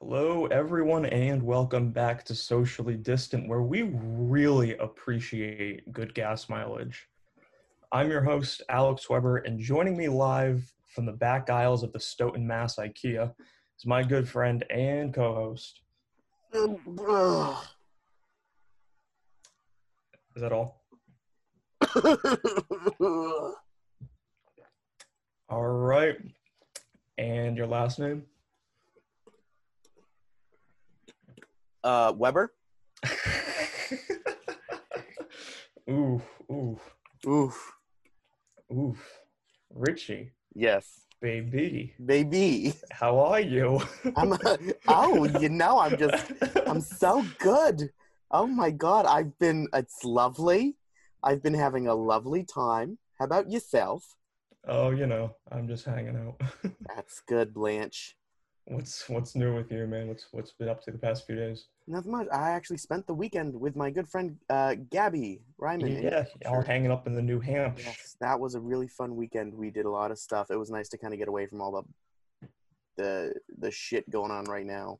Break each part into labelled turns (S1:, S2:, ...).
S1: Hello, everyone, and welcome back to Socially Distant, where we really appreciate good gas mileage. I'm your host, Alex Weber, and joining me live from the back aisles of the Stoughton, Mass IKEA is my good friend and co host. Is that all? All right. And your last name?
S2: uh, Weber.
S1: ooh, ooh,
S2: Oof.
S1: ooh. Richie,
S2: Yes,
S1: baby,
S2: baby.
S1: how are you?
S2: I'm. oh, you know, I'm just. I'm so good. Oh my God, I've been. It's lovely. I've been having a lovely time. How about yourself?
S1: oh, you know, I'm just hanging out.
S2: That's good, Blanche.
S1: What's what's new with you, man? What's what's been up to the past few days?
S2: Nothing much. I actually spent the weekend with my good friend uh, Gabby Ryman. in
S1: Yeah, all
S2: Hampshire.
S1: hanging up in the New Hampshire.
S2: Yes, that was a really fun weekend. We did a lot of stuff. It was nice to kind of get away from all the the the shit going on right now.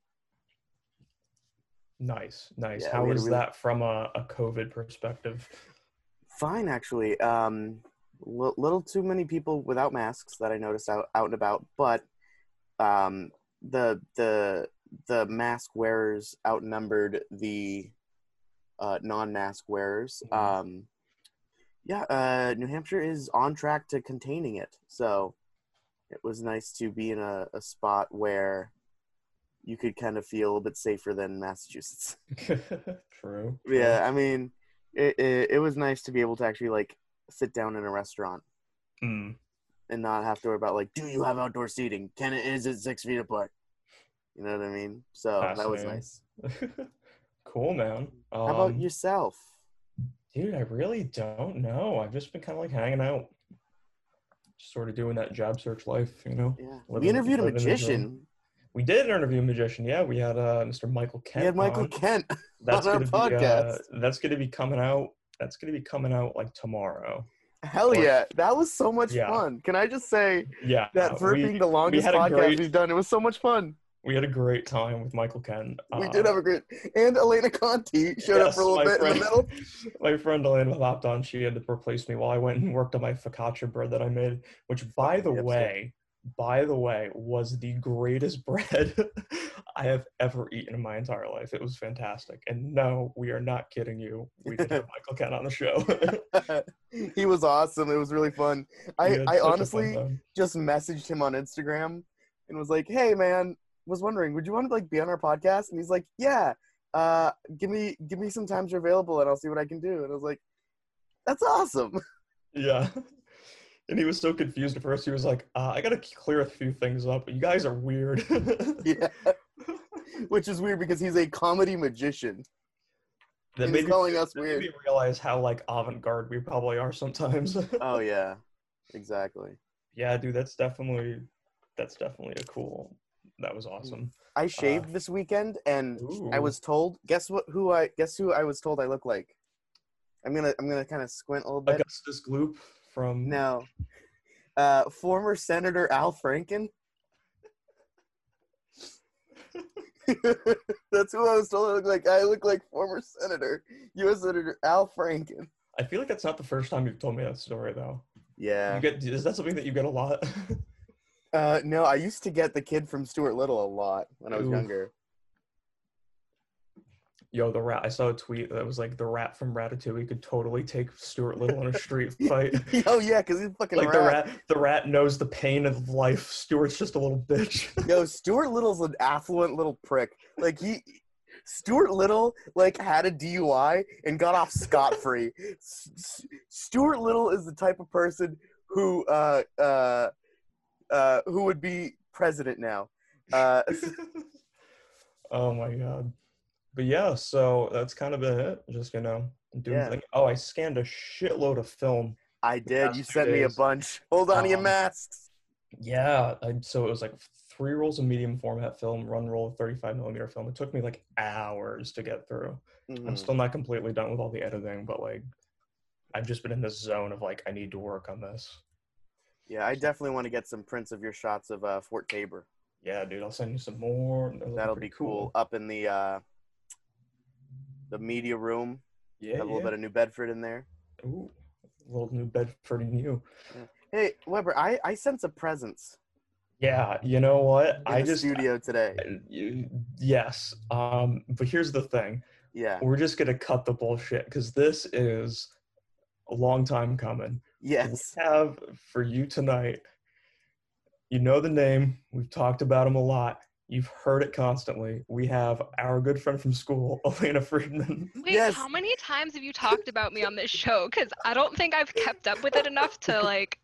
S1: Nice, nice.
S2: Yeah,
S1: How
S2: we had a
S1: is
S2: really-
S1: that from a, a COVID perspective?
S2: Fine, actually. Um, li- little too many people without masks that I noticed out, out and about, but um, the the the mask wearers outnumbered the uh, non-mask wearers.
S1: Mhm.
S2: Um, yeah, uh, New Hampshire is on track to containing it, so it was nice to be in a, a spot where you could kind of feel a little bit safer than Massachusetts.
S1: true, true.
S2: Yeah, I mean, it, it it was nice to be able to actually like sit down in a restaurant
S1: Mm.
S2: and not have to worry about like, do you have outdoor seating? Can it is it six feet apart? You know what I mean? So that was
S1: Fascinating.
S2: nice.
S1: cool, man. Um,
S2: How about yourself?
S1: Dude, I really don't know. I've just been kind of like hanging out, just sort of doing that job search life, you know.
S2: Yeah, we
S1: living-
S2: interviewed a
S1: living the dream.
S2: magician.
S1: We did interview a magician. Yeah, we had uh, Mr. Michael Kent.
S2: We had Michael
S1: on.
S2: Kent.
S1: That's
S2: on our
S1: gonna be uh,
S2: podcast.
S1: that's gonna be coming out. That's gonna be coming out like tomorrow.
S2: Hell
S1: Or-
S2: yeah, that was so much
S1: Yeah.
S2: fun. Can I just say
S1: Yeah, uh,
S2: that for
S1: we,
S2: being the longest
S1: had a
S2: podcast
S1: great-
S2: we've done, it was so much fun.
S1: we had a great time with Michael Uh, Kent.
S2: we did have a great and Elena Conti showed up for a little bit in the middle.
S1: My friend Elena hopped on. She had to replace me while I went and worked on my focaccia bread that I made, which, by the
S2: Fucking
S1: way, by the way, was the greatest bread I have ever eaten in my entire life. It was fantastic. And no, we are not kidding you. We did have Michael Kent on the show.
S2: he was awesome. It was really fun.
S1: We
S2: I,
S1: had
S2: I
S1: such a fun
S2: honestly
S1: time.
S2: just messaged him on Instagram and was like, "Hey man, was wondering, would you want to like be on our podcast?" And he's like, "Yeah, uh, give me give me some times you're available, and I'll see what I can do." And I was like, "That's awesome."
S1: yeah. And he was so confused at first. He was like, uh, "I gotta clear a few things up. You guys are weird."
S2: yeah, which is weird because he's a comedy magician.
S1: that
S2: He's
S1: made me,
S2: calling us
S1: that
S2: weird.
S1: made me realize how like avant-garde we probably are sometimes
S2: Oh yeah, exactly.
S1: yeah dude that's definitely that's definitely a cool that was awesome
S2: I shaved this weekend, and I
S1: Ooh.
S2: was told. Guess what? Who I guess who I was told I look like. I'm gonna I'm gonna kind of squint a little bit.
S1: augustus gloop from
S2: No. Uh, former Senator Al Franken. That's who I was told I look like. I look like former Senator, U.S. Senator Al Franken.
S1: i feel like that's not the first time you've told me that story though
S2: Yeah.
S1: you get is that something that you get a lot
S2: Uh, no, I used to get the kid from Stuart Little a lot when I was
S1: Oof.
S2: younger.
S1: yo the rat i saw a tweet that was like the rat from ratatouille could totally take stuart little in a street fight
S2: oh yeah, because he's a fucking
S1: like
S2: rat.
S1: the rat the rat knows the pain of life stuart's just a little bitch
S2: Yo, Stuart Little's an affluent little prick. Like he, Stuart Little, like had a DUI and got off scot free. S- S- Stuart Little is the type of person who, uh, uh, uh, who would be president now. Uh,
S1: oh my god. But yeah, so that's kind of been it. Just you know, doing
S2: Yeah.
S1: thing. Oh, I scanned a shitload of film.
S2: I did. You
S1: past two
S2: sent me a
S1: days.
S2: bunch. Hold on to your
S1: Um,
S2: masks.
S1: Yeah, I, so it was like three rolls of medium format film, run roll of 35 millimeter film. It took me like hours to get through. I'm
S2: Mhm.
S1: still not completely done with all the editing, but like I've just been in this zone of like I need to work on this.
S2: Yeah, I definitely want to get some prints of your shots of uh, Fort Tabor.
S1: Yeah, dude, I'll send you some more. Those look
S2: That'll
S1: pretty
S2: be cool. Up in the uh, the media room,
S1: Yeah,
S2: have a little
S1: yeah.
S2: bit of New Bedford in there.
S1: Ooh, little New Bedford and you.
S2: Hey Weber, I, I sense a presence
S1: Yeah, you know what?
S2: in
S1: I
S2: the
S1: just
S2: studio today.
S1: you- yes. Um, but here's the thing:
S2: Yeah,
S1: we're just gonna cut the bullshit because this is a long time coming.
S2: yes,
S1: We have for you tonight. You know the name. We've talked about him a lot. You've heard it constantly. We have our good friend from school, Elena Friedman.
S3: Wait,
S2: Yes.
S3: how many times have you talked about me on this show? Because I don't think I've kept up with it enough to like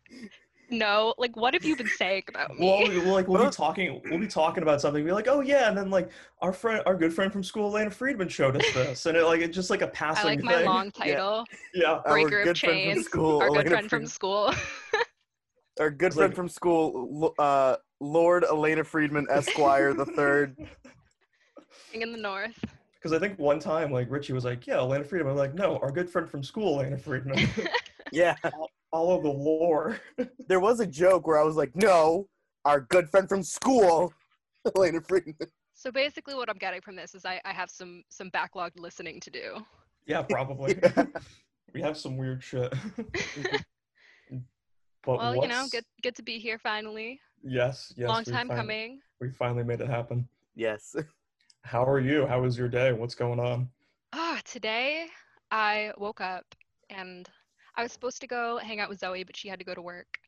S3: know. Like, what have you been saying about me?
S1: Well, we- we'll, like we'll
S2: Well-
S1: be talking, we'll be talking about something. Be like, oh yeah, and then like our friend, our good friend from school, Elena Friedman, showed us this, and it like it's just like a
S3: I
S1: passing
S3: like my
S1: thing.
S3: long title,
S1: Yeah,
S2: Our
S3: Breaker of
S2: good friend from
S3: Chains,
S2: school,
S3: our good
S2: Elena
S3: friend from
S2: Fried-
S3: school.
S2: our good
S1: It's
S2: friend
S1: like-
S2: from school, L- uh, Lord Elena Friedman Esquire the third.
S3: King in the North.
S1: because I think one time like Richie was like, yeah, Elena Friedman. I'm like, no, our good friend from school, Elena Friedman.
S2: Yeah,
S1: All of the lore.
S2: there was a joke where I was like, no, our good friend from school, Elena Friedman.
S3: So basically, what I'm getting from this is I, I have some some backlogged listening to do.
S1: Yeah, probably. we have some weird shit. but
S3: well, you know,
S1: what's-
S3: good good to be here finally.
S1: Yes, yes.
S3: Long
S1: we
S3: time
S1: fin-
S3: coming.
S1: We finally made it happen.
S2: Yes,
S1: How are you? How was your day? What's going on?
S3: Ah, today I woke up and I was supposed to go hang out with Zoe, but she had to go to work.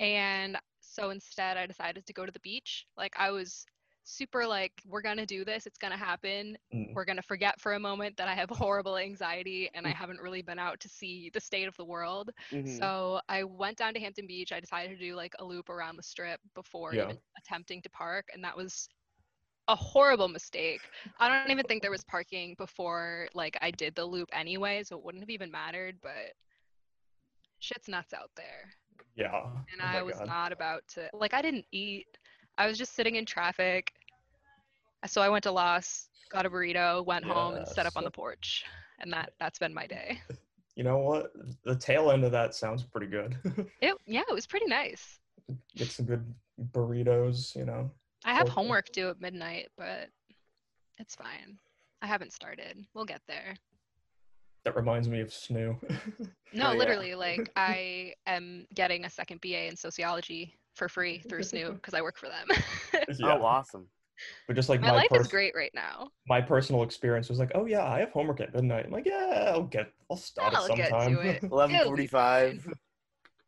S3: And so instead I decided to go to the beach. Like I was super like, we're gonna do this, it's gonna happen.
S1: Mm.
S3: We're gonna forget for a moment that I have horrible anxiety and I haven't really been out to see the state of the world.
S1: Mm-hmm.
S2: Mhm.
S3: So I went down to Hampton Beach. I decided to do like a loop around the strip before
S1: Yeah.
S3: even attempting to park, and that was a horrible mistake. I don't even think there was parking before like I did the loop anyway, so it wouldn't have even mattered, but shit's nuts out there.
S1: Yeah.
S3: And
S1: oh
S3: I
S1: my
S3: was
S1: God.
S3: not about to like I didn't eat. I was just sitting in traffic. So I went to Los, got a burrito, went home and set up on
S1: Yes.
S3: the porch. And that that's been my day.
S1: You know what? The tail end of that sounds pretty good.
S3: It yeah, it was pretty nice.
S1: Get some good burritos, you know.
S3: I have
S1: Okay.
S3: homework due at midnight, but it's fine. I haven't started. We'll get there.
S1: That reminds me of Snoo.
S3: No,
S2: Oh, yeah.
S3: literally, like I am getting a second BA in sociology for free through SNU because I work for them.
S1: Yeah.
S2: Oh, awesome.
S1: But just like
S3: My
S1: my,
S3: life is
S1: pers-
S3: great right now.
S1: my personal experience was like, oh yeah, I have homework at midnight. I'm like, yeah, I'll get, I'll stop
S3: I'll
S1: it
S3: get to
S1: sometime.
S3: it.
S2: Eleven forty-five.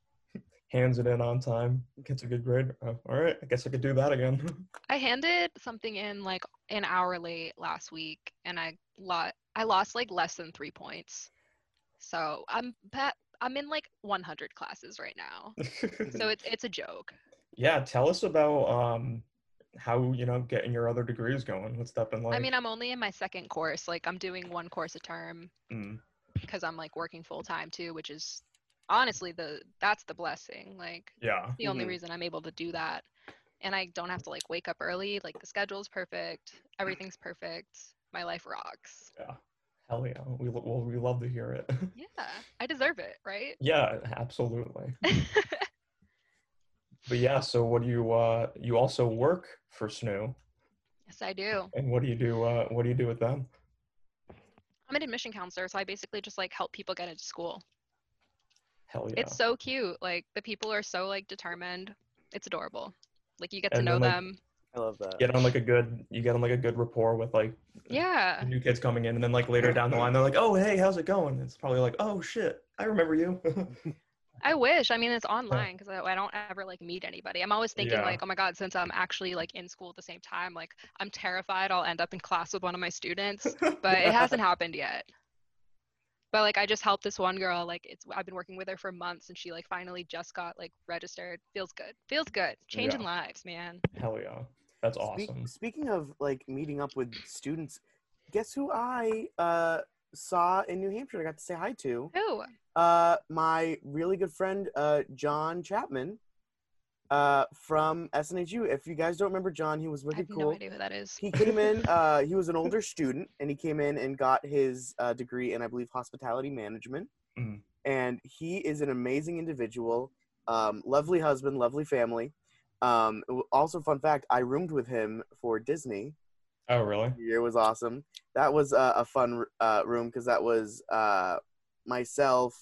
S1: Hands it in on time, gets a good grade. Oh, all right, I guess I could do that again.
S3: I handed something in like an hour late last week, and I lot I lost like less than three points. So I'm pa- I'm in like 100 classes right now. So it's it's a joke.
S1: yeah, tell us about um how you know getting your other degrees going. What's that been like?
S3: I mean, I'm only in my second course. Like, I'm doing one course a term
S1: Mm,
S3: because I'm like working full time too, which is honestly the that's the blessing. Like,
S1: yeah,
S3: the only
S2: Mhm.
S3: reason I'm able to do that, and I don't have to like wake up early. Like, the schedule's perfect. Everything's perfect. My life rocks.
S1: hell yeah, we lo- well, we love to hear it.
S3: Yeah, I deserve it, right?
S1: yeah, absolutely. But yeah, so what do you uh you also work for Snoo,
S3: yes, I do.
S1: and what do you do uh what do you do with them?
S3: I'm an admission counselor, so I basically just like help people get into school.
S1: Hell yeah.
S3: It's so cute. Like, the people are so like determined. It's adorable. Like, you get to
S1: And
S3: know
S1: then, like,
S3: them.
S2: I love that.
S1: get on like a good you get on like a good rapport with like
S3: Yeah.
S1: the new kids coming in and then like later down the line they're like oh hey how's it going it's probably like oh shit i remember you
S3: I wish. I mean, it's online because I, I don't ever like meet anybody. I'm always thinking
S1: Yeah.
S3: like, oh my god, since I'm actually like in school at the same time, like I'm terrified I'll end up in class with one of my students. But it hasn't happened yet. But like, I just helped this one girl. Like, it's I've been working with her for months, and she like finally just got like registered. Feels good. Feels good. Changing lives, man.
S1: hell yeah that's
S2: Speak-
S1: awesome
S2: speaking of like meeting up with students, guess who I uh, saw in New Hampshire? I got to say hi to
S3: Who?
S2: uh, my really good friend uh, John Chapman uh, from SNHU. If you guys don't remember John, he was
S3: I have
S2: wicked
S3: no
S2: cool.
S3: idea who that is.
S2: he came in. Uh, he was an older student, and he came in and got his uh, degree in, I believe, hospitality management.
S1: Mm.
S2: And he is an amazing individual, um, lovely husband, lovely family. Um, w- also, fun fact: I roomed with him for Disney.
S1: Oh, really?
S2: The year was awesome. That was uh, a fun uh, room because that was uh, myself,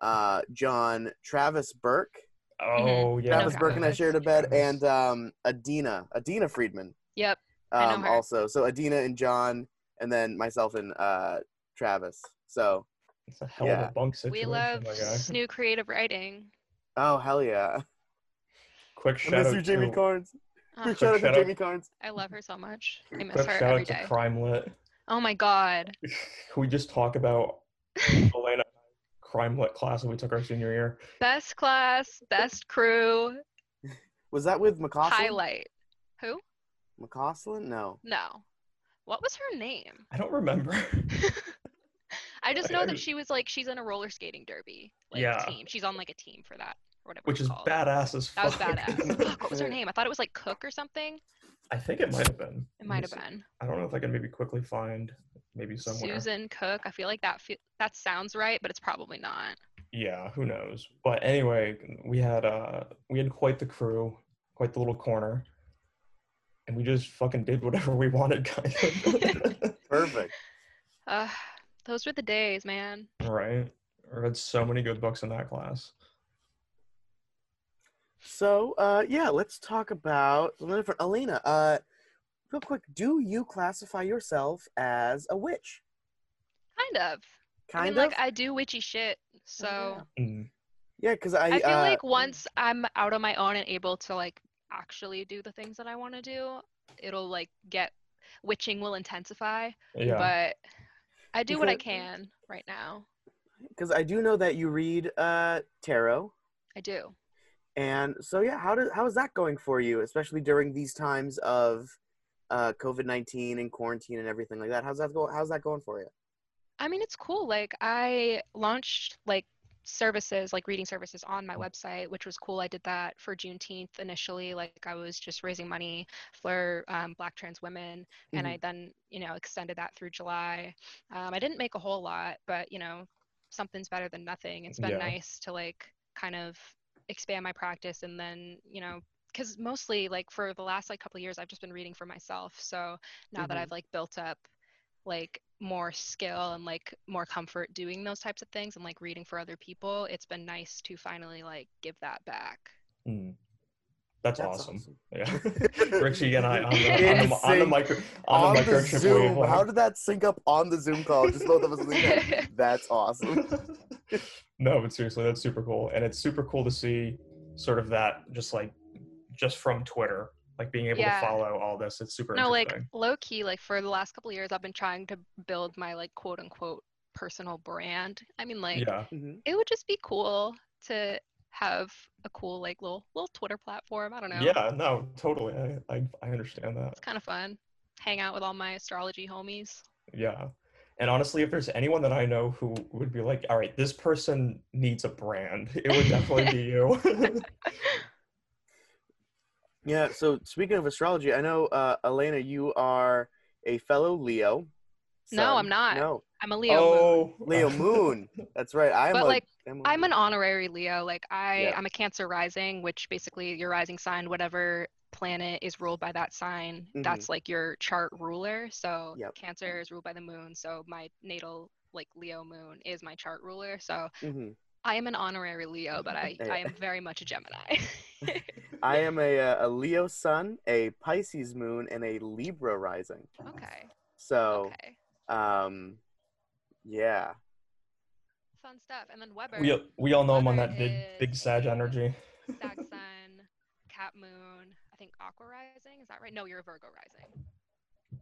S2: uh, John, Travis Burke.
S3: Mm-hmm.
S1: Oh, yeah.
S2: Travis
S3: Okay.
S2: Burke and I shared a bed,
S1: Travis.
S2: and um, Adina, Adina Friedman.
S3: Yep. I know
S2: Um,
S3: her.
S2: also, so Adina and John, and then myself and uh, Travis. So,
S1: It's a hell of
S2: Yeah.
S1: a bunk situation.
S3: We love
S1: my guy.
S3: s- new creative writing.
S2: oh hell yeah!
S1: Quick
S2: I
S1: shout
S2: miss
S1: out
S2: you, Jamie
S1: to-
S2: Carnes.
S3: Ah,
S1: Quick
S2: Quick shout out to
S1: shout out.
S2: Jamie Carnes.
S3: I love her so much. I miss
S1: Quick
S3: her
S1: shout
S3: every
S1: out to
S3: day.
S1: Crimelet.
S3: Oh my god.
S1: Can we just talk about Elena Crimelet class that we took our senior year?
S3: Best class, best crew,
S2: Was that with McCausland?
S3: highlight. Who?
S2: McCausland? No.
S3: No. What was her name?
S1: I don't remember.
S3: I just
S1: I-
S3: know
S1: I
S3: that
S1: just-
S3: she was like she's in a roller skating derby like
S1: Yeah.
S3: team. She's on like a team for that or whatever
S1: Which is
S3: it's called.
S1: badass as
S3: That was
S1: fuck.
S3: badass. Fuck, what was her name? I thought it was like Cook or something.
S1: I think it might have been.
S3: It might have been
S1: I don't know if I can maybe quickly find maybe somewhere.
S3: Susan Cook. I feel like that fe- that sounds right, but it's probably not.
S1: Yeah, who knows? But anyway, we had uh we had quite the crew, quite the little corner. And we just fucking did whatever we wanted kind of.
S2: Perfect.
S3: Uh, those were the days, man.
S1: right. I read so many good books in that class.
S2: So, uh, yeah, let's talk about something different. Elena, uh, real quick, do you classify yourself as a witch?
S3: Kind of. I mean,
S2: Kind of. Oh,
S3: like I do witchy shit. So
S1: Mm.
S2: yeah, because I,
S3: I feel
S2: uh,
S3: like once I'm out on my own and able to like actually do the things that I want to do, it'll like get witching will intensify.
S1: Yeah.
S3: But I do what I
S2: Because-
S3: can right now.
S2: because I do know that you read uh, tarot,
S3: I do.
S2: and so yeah, how does how is that going for you, especially during these times of uh, COVID nineteen and quarantine and everything like that? How's that going? How's that going for you?
S3: I mean, it's cool. Like I launched like services, like reading services on my website, which was cool. I did that for Juneteenth initially. Like I was just raising money for um, Black trans women, and I then you know extended that through July. Um, I didn't make a whole lot, but you know something's better than nothing. It's been
S1: Yeah.
S3: nice to like kind of expand my practice, and then you know because mostly like for the last like couple of years, I've just been reading for myself. So now
S2: Mhm.
S3: that
S1: Mm-hmm.
S3: I've like built up like more skill and like more comfort doing those types of things and like reading for other people it's been nice to finally like give that back
S1: Mm. That's,
S2: That's
S1: awesome.
S2: awesome.
S1: Yeah. Richie and I on the, on
S2: In
S1: the, on the
S2: sync,
S1: micro on
S2: on
S1: the
S2: the
S1: microchip
S2: Zoom.
S1: wavelength.
S2: How did that sync up on the Zoom call? Just both of us. in the same- That's awesome.
S1: no, but seriously, that's super cool, and it's super cool to see sort of that just like just from Twitter, like being able
S3: Yeah.
S1: to follow all this. It's super
S3: no like
S1: interesting.
S3: low key like for the last couple of years i've been trying to build my like quote unquote personal brand i mean like
S1: yeah,
S2: Mhm.
S3: it would just be cool to have a cool like little little twitter platform i don't know
S1: yeah, no, totally. I, I I understand that.
S3: it's kind of fun hang out with all my astrology homies
S1: Yeah. And honestly, if there's anyone that I know who would be like, all right, this person needs a brand, it would definitely be you.
S2: Yeah. So speaking of astrology, I know uh, Elena, you are a fellow Leo.
S3: No,
S2: sun.
S3: I'm not.
S2: No,
S3: i'm a leo moon.
S1: oh,
S2: Leo Moon. That's right. I'm
S3: But,
S2: a,
S3: like,
S2: I'm, a
S3: I'm
S2: Leo.
S3: an honorary Leo. Like I,
S2: Yeah.
S3: I'm a Cancer rising, which basically your rising sign, whatever planet is ruled by that sign,
S2: Mhm.
S3: that's like your chart ruler. So
S2: Yep.
S3: Cancer is ruled by the moon. So my natal like Leo moon is my chart ruler. So
S2: Mhm.
S3: I am an honorary Leo, but I,
S2: Yeah.
S3: I am very much a Gemini.
S2: I am a, uh, a Leo Sun, a Pisces Moon, and a Libra Rising.
S3: okay.
S2: So,
S3: Okay.
S2: um, yeah.
S3: Fun stuff. And then Weber,
S1: we, we all know I'm on
S3: Weber
S1: that big, big
S3: is
S1: Sag
S3: a-
S1: energy.
S3: Sag Sun, Cat Moon. I think Aqua Rising. Is that right? No, you're a Virgo Rising.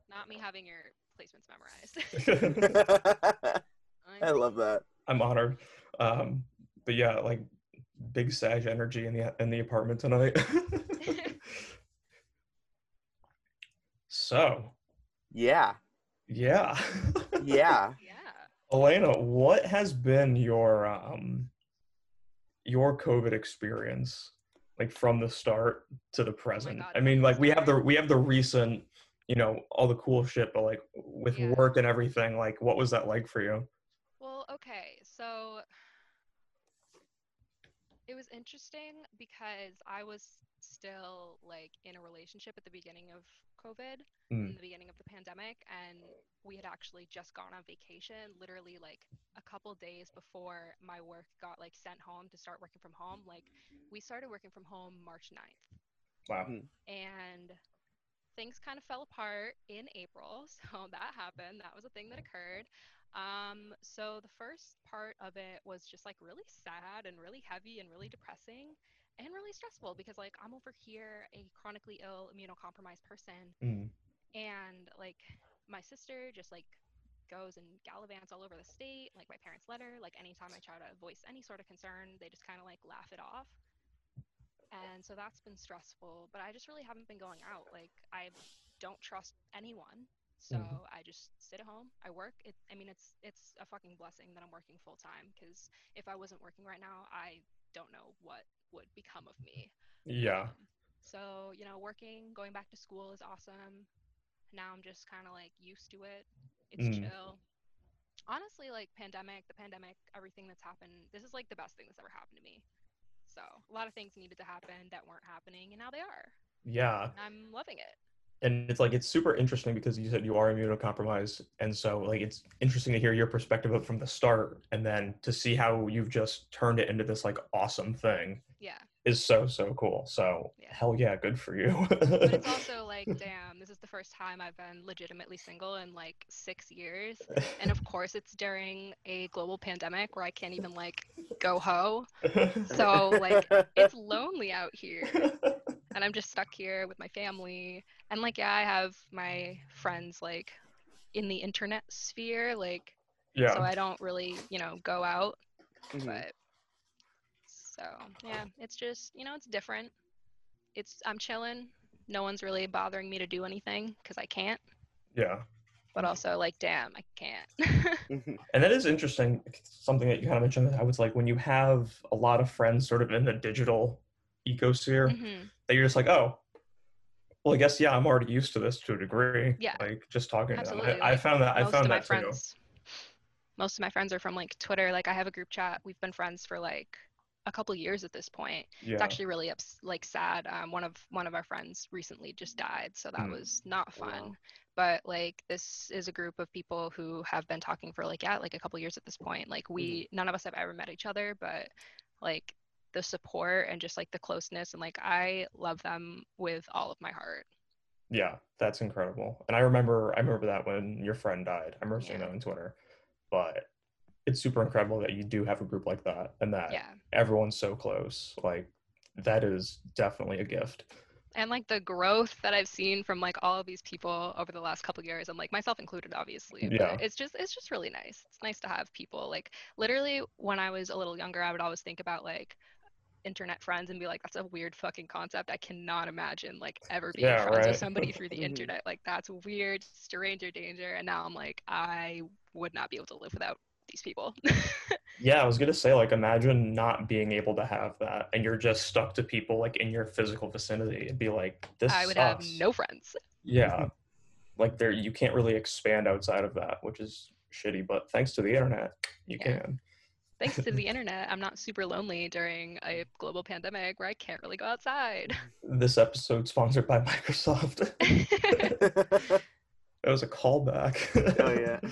S3: Not me having your placements memorized.
S2: I
S3: I'm-
S2: love that.
S1: I'm honored. Um, but yeah, like big Sag energy in the in the apartment tonight. so
S2: Yeah.
S1: yeah,
S2: Yeah.
S3: yeah.
S1: Elena, what has been your um your COVID experience like from the start to the present?
S3: Oh God,
S1: I mean, like we have the
S3: sorry.
S1: we have the recent, you know, all the cool shit, but like with
S3: Yeah.
S1: work and everything, like what was that like for you?
S3: Well, okay. So it was interesting because I was still like in a relationship at the beginning of COVID,
S1: Mm.
S3: in the beginning of the pandemic, and we had actually just gone on vacation, literally like a couple days before my work got like sent home to start working from home. Like we started working from home March 9th
S1: Wow.
S2: Mhm.
S3: and things kind of fell apart in April. So that happened. That was a thing that occurred. Um, so the first part of it was just like really sad and really heavy and really depressing and really stressful because like I'm over here a chronically ill, immunocompromised person,
S1: Mm.
S3: and like my sister just like goes and gallivants all over the state like my parents let her like anytime i try to voice any sort of concern they just kind of like laugh it off and so that's been stressful but i just really haven't been going out like i don't trust anyone so
S1: Mhm.
S3: i just sit at home i work it, i mean it's it's a fucking blessing that i'm working full time because if i wasn't working right now i don't know what would become of me
S1: Yeah.
S3: um, So, you know, working, going back to school is awesome. Now I'm just kind of like used to it. It's
S1: Mm.
S3: chill. Honestly, like pandemic, the pandemic, everything that's happened, this is like the best thing that's ever happened to me. So, a lot of things needed to happen that weren't happening and now they are.
S1: Yeah.
S3: And I'm loving it.
S1: And it's like it's super interesting because you said you are immunocompromised. And so like it's interesting to hear your perspective of- from the start and then to see how you've just turned it into this like awesome thing
S3: Yeah.
S1: is so so cool. So
S3: Yeah.
S1: hell yeah, good for you.
S3: But it's also like, damn, this is the first time I've been legitimately single in like six years. And of course, it's during a global pandemic where I can't even like go ho. So, Oh, like, it's lonely out here and i'm just stuck here with my family and like yeah i have my friends like in the internet sphere like
S1: yeah.
S3: so i don't really you know go out
S1: Mm-hmm.
S2: Mhm.
S3: but so yeah it's just you know it's different it's i'm chilling no one's really bothering me to do anything because i can't
S1: yeah. Mm-hmm.
S3: but also like damn i can't
S2: Mm-hmm.
S1: And that is interesting. Something that you kind of mentioned that I was like when you have a lot of friends sort of in the digital ecosphere
S3: hmm
S1: that you're just like, oh, well, I guess yeah, I'm already used to this to a degree.
S3: Yeah.
S1: Like just talking to
S3: Absolutely,
S1: them. I, I
S3: like,
S1: found that I
S3: most of
S1: found
S3: my
S1: that too.
S3: friends most of my friends are from like twitter like i have a group chat we've been friends for like a couple years at this point
S1: Yeah.
S3: it's actually really ups- like sad um, one of one of our friends recently just died so that
S1: Mm.
S3: was not
S2: Wow.
S3: fun but like this is a group of people who have been talking for like yeah like a couple years at this point like we none of us have ever met each other but like the support and just like the closeness and like i love them with all of my heart
S1: yeah, that's incredible. And I remember I remember that when your friend died. I remember seeing
S3: Yeah.
S1: that on Twitter. But it's super incredible that you do have a group like that and that
S3: yeah
S1: everyone's so close. Like that is definitely a gift.
S3: and like the growth that i've seen from like all of these people over the last couple years and like myself included obviously but
S1: Yeah.
S3: it's just it's just really nice it's nice to have people like literally when i was a little younger i would always think about like internet friends and be like that's a weird fucking concept i cannot imagine like ever being
S1: Yeah,
S3: friends
S1: right.
S3: with somebody through the
S2: Mhm.
S3: internet like that's weird stranger danger and now i'm like i would not be able to live without these people
S1: Yeah, I was gonna say, like, imagine not being able to have that, and you're just stuck to people like in your physical vicinity. It'd be like this.
S3: i would have
S1: sucks.
S3: no friends
S1: Yeah, like there, you can't really expand outside of that, which is shitty. But thanks to the internet, you
S3: Yeah.
S1: can.
S3: thanks to the internet i'm not super lonely during a global pandemic where i can't really go outside
S1: This episode sponsored by Microsoft. that was a callback.
S2: Oh, yeah.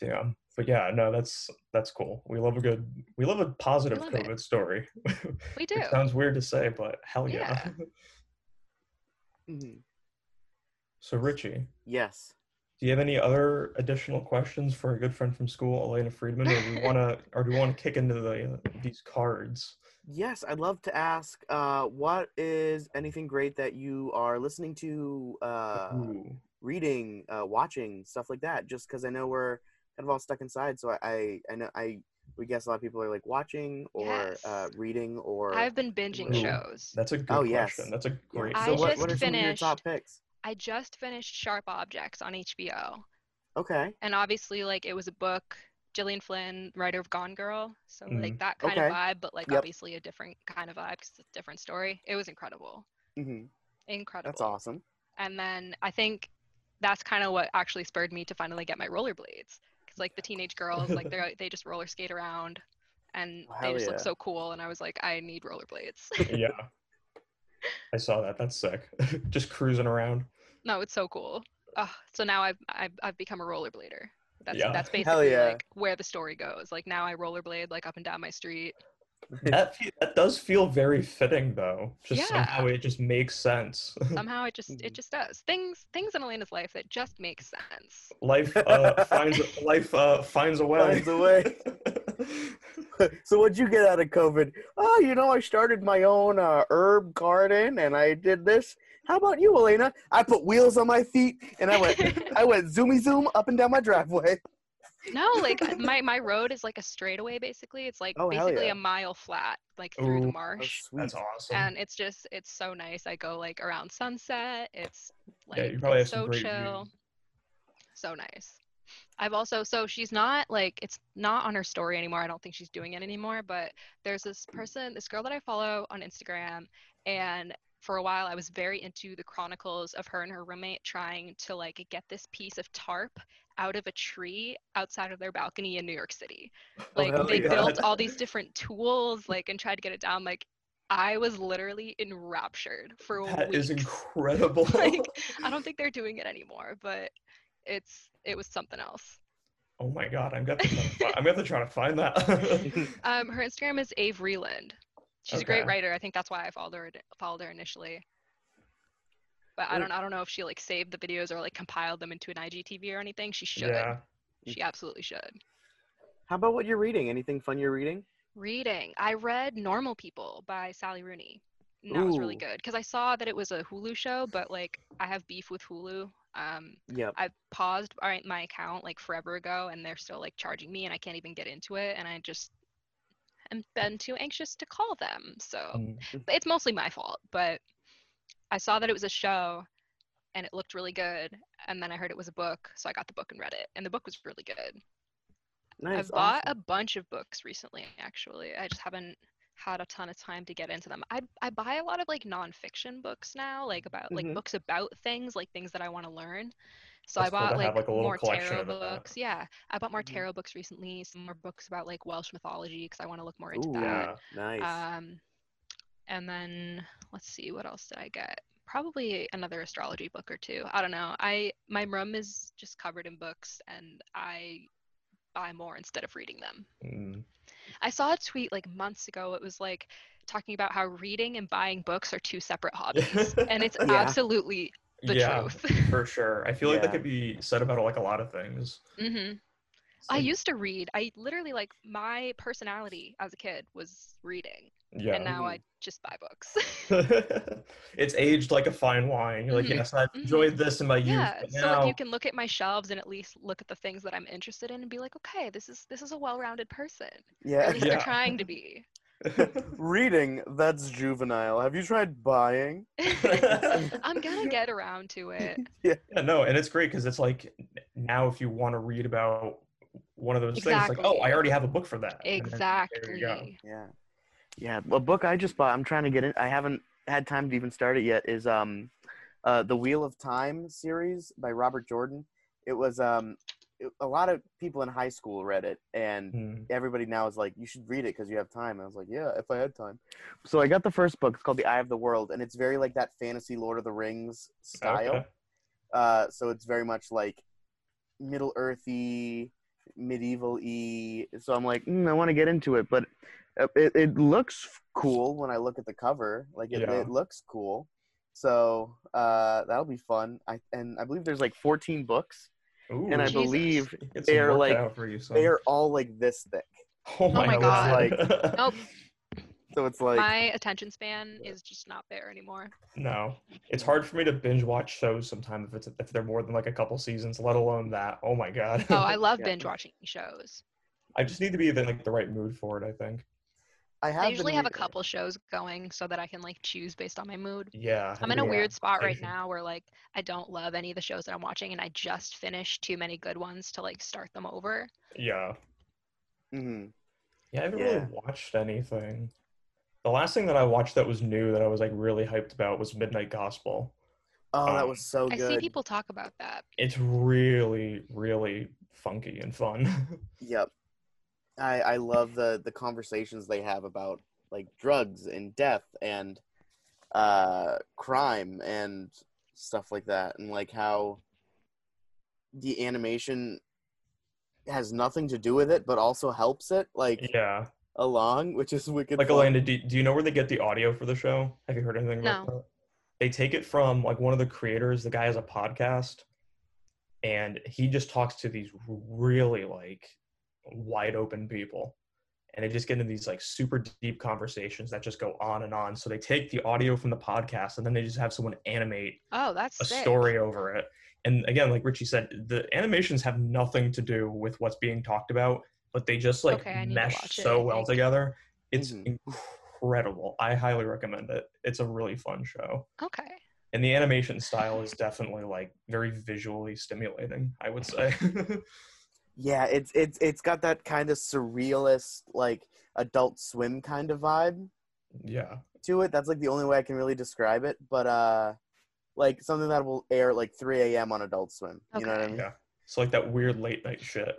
S1: Damn. But yeah, no, that's that's cool. We love a good, we love a positive
S3: Love it.
S1: COVID story.
S3: we do.
S1: Which sounds weird to say, but hell yeah.
S2: Mhm.
S1: so Richie.
S2: Yes.
S1: Do you have any other additional questions for a good friend from school, Elena Friedman, or do we want to, or do we want to kick into the these cards?
S2: Yes, I'd love to ask uh, what is anything great that you are listening to, uh,
S1: Ooh.
S2: reading, uh, watching, stuff like that? Just because I know we're kind of all stuck inside, so I, I, I know I we guess a lot of people are like watching or
S3: Yes.
S2: uh, reading or.
S3: I've been binging
S1: Ooh.
S3: shows.
S1: That's a good
S2: Oh, yes.
S1: question. That's a
S2: Yeah.
S1: great.
S3: I
S2: So what,
S3: just
S2: what are some of your
S3: finished-
S2: top picks?
S3: I just finished Sharp Objects on HBO.
S2: Okay.
S3: And obviously, like, it was a book. Gillian Flynn, writer of Gone Girl. So, like, that kind of
S2: Mm-hmm. Okay.
S3: vibe, but, like,
S2: Yep.
S3: obviously a different kind of vibe because it's a different story. It was incredible.
S2: hmm
S3: Incredible.
S2: That's awesome.
S3: And then I think that's kind of what actually spurred me to finally get my rollerblades. Because, like, the teenage girls, like, they are they just roller skate around and they
S2: Hell
S3: just look
S2: yeah.
S3: so cool. And I was like, I need rollerblades.
S1: yeah. I saw that. That's sick. Just cruising around.
S3: no, it's so cool. Ugh, so now I've, I've I've become a rollerblader. That's
S1: Yeah.
S3: that's
S2: Hell
S3: basically
S2: yeah.
S3: like where the story goes. Like now I rollerblade like up and down my street.
S1: That, fe- that does feel very fitting, though. Just
S3: Yeah.
S1: somehow it just makes sense.
S3: Somehow it just
S2: Mm.
S3: it just does things things in Elena's life that just make sense.
S1: life uh, finds life uh, finds a way.
S2: Finds a way. so what'd you get out of COVID? Oh, you know, I started my own uh, herb garden and I did this. How about you, Elena? I put wheels on my feet and I went, I went zoomy zoom up and down my driveway.
S3: No, like my my road is like a straightaway basically. It's like
S2: Oh, hell
S3: basically
S2: yeah.
S3: a mile flat, like through
S1: Ooh.
S3: the
S2: Oh,
S3: marsh.
S1: That's awesome.
S3: And it's just it's so nice. I go like around sunset. It's like
S1: yeah, you probably have
S3: it's
S1: some
S3: so
S1: great
S3: chill.
S1: views.
S3: So nice. I've also so she's not like it's not on her story anymore. I don't think she's doing it anymore, but there's this person, this girl that I follow on Instagram and for a while I was very into the chronicles of her and her roommate trying to like get this piece of tarp out of a tree outside of their balcony in New York City. Like
S2: hell
S3: they
S1: Oh, yeah.
S3: built all these different tools like and tried to get it down like I was literally enraptured for
S1: That is
S3: weeks.
S1: incredible.
S3: Like, I don't think they're doing it anymore, but it's it was something else.
S1: oh my god, I'm gonna, have to try to fi- I'm gonna have to try to find that.
S3: Um, her Instagram is Avery Lind. She's a
S1: Okay.
S3: great writer. I think that's why I followed her followed her initially. But I
S2: Ooh.
S3: don't I don't know if she like saved the videos or like compiled them into an IGTV or anything. She should.
S1: yeah.
S3: She absolutely should.
S2: How about what you're reading? Anything fun you're reading?
S3: Reading. I read Normal People by Sally Rooney. And that was really
S2: Ooh.
S3: good because I saw that it was a Hulu show, but like I have beef with Hulu. Um,
S2: Yep.
S3: I paused my my account like forever ago, and they're still like charging me, and I can't even get into it, and I just am been too anxious to call them. So
S1: Mm.
S3: but it's mostly my fault. But I saw that it was a show, and it looked really good, and then I heard it was a book, so I got the book and read it, and the book was really good.
S2: Nice.
S3: I've bought
S2: awesome.
S3: a bunch of books recently, actually. I just haven't had a ton of time to get into them. I I buy a lot of like nonfiction books now, like about
S2: Mhm.
S3: like books about things, like things that I want to learn. So I
S1: Mm-hmm. That's cool
S3: bought
S1: to have,
S3: like,
S1: like, a little
S3: more
S1: collection
S3: tarot
S1: of that. Mm-hmm.
S3: books. Yeah, I bought more
S2: Mhm.
S3: tarot books recently. Some more books about like Welsh mythology because I want to look more into
S2: Ooh,
S3: that.
S1: Yeah.
S2: nice.
S3: Um, and then let's see, what else did I get? Probably another astrology book or two. I don't know. I my room is just covered in books, and I buy more instead of reading them.
S1: Mm.
S3: I saw a tweet like months ago. It was like talking about how reading and buying books are two separate hobbies, and it's
S2: Yeah.
S3: absolutely the
S1: yeah,
S3: truth.
S1: for sure. I feel like
S2: Yeah.
S1: that could be said about like a lot of things.
S3: hmm
S1: It's
S3: I
S1: like-
S3: used to read. I literally like my personality as a kid was reading,
S1: yeah.
S3: and now
S2: Mhm.
S3: I just buy books.
S1: it's aged like a fine wine. You're like,
S3: Mhm.
S1: yes, I've
S3: Mhm.
S1: enjoyed this in my youth,
S3: yeah,
S1: but
S3: so like,
S1: now
S3: you can look at my shelves and at least look at the things that I'm interested in and be like, okay, this is this is a well-rounded person. Or
S2: yeah.
S3: at least they're
S1: Yeah.
S3: trying to be.
S2: reading, that's juvenile. Have you tried buying?
S3: I'm gonna get around to it.
S1: Yeah, no, and it's great because it's like n- now if you want to read about one of those things, it's like, oh,
S3: Exactly.
S1: I already have a book for that. And then There you
S3: Exactly.
S1: go.
S2: Yeah. Yeah. A book I just bought, I'm trying to get it. I haven't had time to even start it yet, is um uh The Wheel of Time series by Robert Jordan. It was um it- a lot of people in high school read it and
S1: Mm.
S2: everybody now is like, you should read it because you have time. And I was like, yeah, if I had time. So I got the first book. It's called The Eye of the World, and it's very like that fantasy Lord of the Rings style.
S1: Okay.
S2: Uh, so it's very much like Middle Earthy, medieval y. So I'm like, mm, I want to get into it, but uh, it, it looks f- cool when I look at the cover. Like it,
S1: Yeah.
S2: it looks cool. So uh, that'll be fun. I and I believe there's like 14 books,
S1: Ooh,
S2: and I
S3: Jesus.
S2: believe
S1: get some
S2: they're
S1: work
S2: like
S1: out for you, son.
S2: they are all like this thick.
S1: Oh my,
S3: my
S1: god.
S3: Nope.
S2: So it's like
S3: Oh, my attention span
S2: Yeah.
S3: is just not there anymore.
S1: no, it's hard for me to binge watch shows sometimes if it's if they're more than like a couple seasons, let alone that. Oh my god.
S3: Oh, I love
S2: Yeah.
S3: binge watching shows.
S1: I just need to be in like the right mood for it. I think.
S2: I have
S3: I
S2: been
S3: usually have a
S2: reading-
S3: couple shows going so that I can like choose based on my mood.
S1: Yeah.
S3: I'm in a
S2: Yeah.
S3: weird spot right
S1: Same.
S3: now where like I don't love any of the shows that I'm watching and I just finished too many good ones to like start them over.
S1: Yeah.
S2: Mhm.
S1: Yeah, I haven't
S2: Yeah.
S1: really watched anything. The last thing that I watched that was new that I was like really hyped about was Midnight Gospel.
S2: Oh, that
S1: Um,
S2: was so
S3: I
S2: good.
S3: see people talk about that.
S1: It's really, really funky and fun.
S2: Yep. I I love the the conversations they have about like drugs and death and uh crime and stuff like that and like how the animation has nothing to do with it but also helps it like
S1: Yeah.
S2: along which is wicked
S1: Like
S2: fun.
S1: Elena, do, do you know where they get the audio for the show? Have you heard anything about that? They take it from like one of the creators. The guy has a podcast, and he just talks to these really like wide open people, and they just get into these like super deep conversations that just go on and on. So they take the audio from the podcast, and then they just have someone animate
S3: Oh, that's
S1: a
S3: sick.
S1: story over it. And again, like Richie said, the animations have nothing to do with what's being talked about, but they just like
S3: Okay, I need to
S1: mesh
S3: watch it,
S1: so
S3: I
S1: well
S3: think.
S1: together. It's
S2: Mhm.
S1: incredible. I highly recommend it. It's a really fun show.
S3: Okay.
S1: And the animation style is definitely like very visually stimulating, I would say.
S2: yeah it's it's it's got that kind of surrealist like adult swim kind of vibe
S1: yeah.
S2: to it. That's like the only way I can really describe it. But uh, like something that will air at like 3 a.m. on Adult Swim. You know what I
S3: Okay.
S2: mean?
S1: Yeah. It's like that weird late night shit.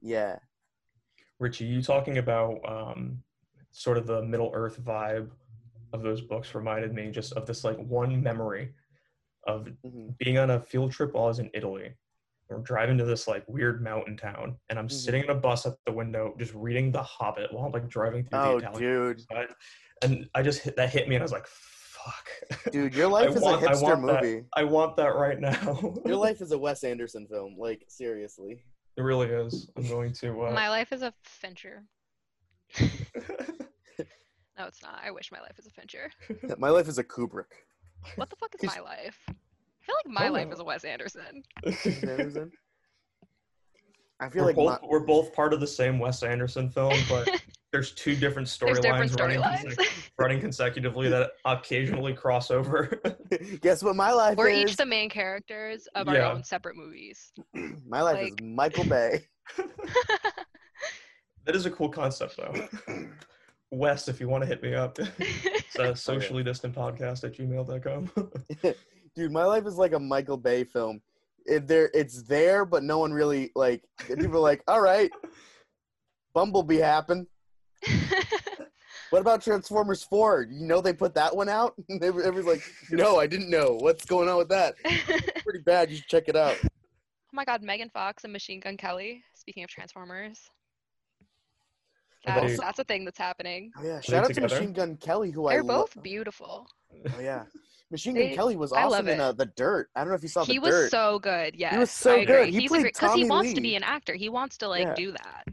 S2: Yeah.
S1: Richie, you talking about um, sort of the Middle Earth vibe of those books reminded me just of this like one memory of
S2: hmm
S1: being on a field trip while I was in Italy. We're driving to this like weird mountain town, and I'm
S2: Mhm.
S1: sitting in a bus at the window just reading The Hobbit while I'm like driving through
S2: Oh,
S1: the Italian.
S2: dude,
S1: side. And I just hit, that hit me, and I was like, "Fuck,
S2: dude, your life
S1: I
S2: is
S1: want-
S2: a
S1: I
S2: hipster
S1: want that.
S2: movie.
S1: I want that right now."
S2: Your life is a Wes Anderson film. Like seriously.
S1: it really is. I'm going to. Uh,
S3: My life is a Fincher. No, it's not. I wish my life was a Fincher.
S2: My life is a Kubrick.
S3: What the fuck is
S2: He's-
S3: my life? I feel like my
S1: Oh.
S3: life is a Wes Anderson.
S2: Wes Anderson. I feel
S1: we're,
S2: like
S1: both,
S2: my,
S1: we're both part of the same Wes Anderson film, but there's two different
S3: There's
S1: storylines
S3: different
S1: running,
S3: storylines.
S1: consecu- running consecutively that occasionally cross over.
S2: guess what my life
S3: We're
S2: is.
S3: each the main characters of our
S1: Yeah.
S3: own separate movies.
S2: my life is
S3: like-
S2: Michael Bay.
S3: Oh
S1: that is a cool concept, though. Wes, if you want to hit me up, it's
S3: Oh,
S1: uh, socially distant podcast at gmail.com.
S2: Dude, my life is like a Michael Bay film. It, there, it's there, but no one really like. People are like, "All right, Bumblebee happened. What about Transformers Four? You know they put that one out. And every- Everybody's like, "No, I didn't know. What's going on with that?
S3: oh
S2: Pretty bad. You should check it out."
S3: my god, Megan Fox and Machine Gun Kelly. Speaking of Transformers,
S1: Are they-
S3: that's, that's a thing that's happening.
S2: Oh, yeah, shout out
S1: together?
S2: to Machine Gun Kelly, who I
S3: They're
S2: lo-
S3: both beautiful.
S2: Oh yeah, Machine
S3: They-
S2: Gun Kelly was
S3: I love
S2: awesome in
S3: it.
S2: uh, the Dirt. I don't know if you saw
S3: He
S2: the
S3: was
S2: Dirt.
S3: so good. Yes,
S2: so
S3: I agree.
S2: good. He
S3: He's
S2: played
S3: because he
S2: Tommy
S3: wants to
S2: Lee.
S3: be an actor. He wants to like
S2: Yeah.
S3: do that.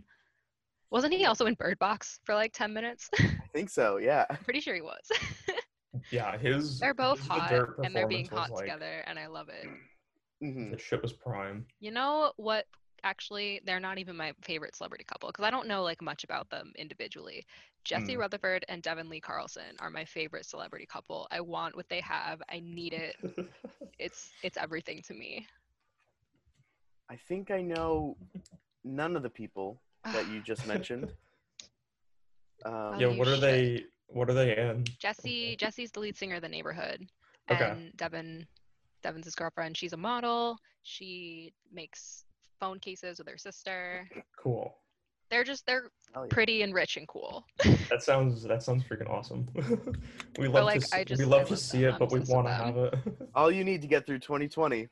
S3: Wasn't he also in Bird Box for like ten minutes?
S2: I think so. Yeah.
S3: I'm pretty sure he was.
S1: yeah, his.
S3: they're both
S1: his The
S3: hot
S1: Dirt
S3: and they're being
S1: performance was,
S3: hot
S1: like,
S3: together, and I love it.
S2: hmm
S1: The shit was prime.
S3: You know what? Actually, they're not even my favorite celebrity couple because I don't know like much about them individually. Jesse
S1: Mm.
S3: Rutherford and Devin Lee Carlson are my favorite celebrity couple. I want what they have. I need it. It's it's everything to me.
S2: I think I know none of the people that you just mentioned. Um,
S1: yeah,
S3: Oh, you
S1: what are
S3: should.
S1: they? What are they in?
S3: Jesse Jesse's the lead singer of The Neighborhood,
S1: Okay.
S3: and Devin Devin's his girlfriend. She's a model. She makes phone cases with her sister.
S1: Cool.
S3: They're just they're
S2: hell yeah.
S3: pretty and rich and cool.
S1: That sounds that sounds freaking awesome. we love
S3: But, like,
S1: to
S3: I
S1: see,
S3: just-
S1: we
S3: I
S1: love to
S3: love
S1: see
S3: them.
S1: it,
S3: I'm
S1: but we
S3: obsessed with
S1: want to
S3: them.
S1: have it.
S2: All you need to get through 2020.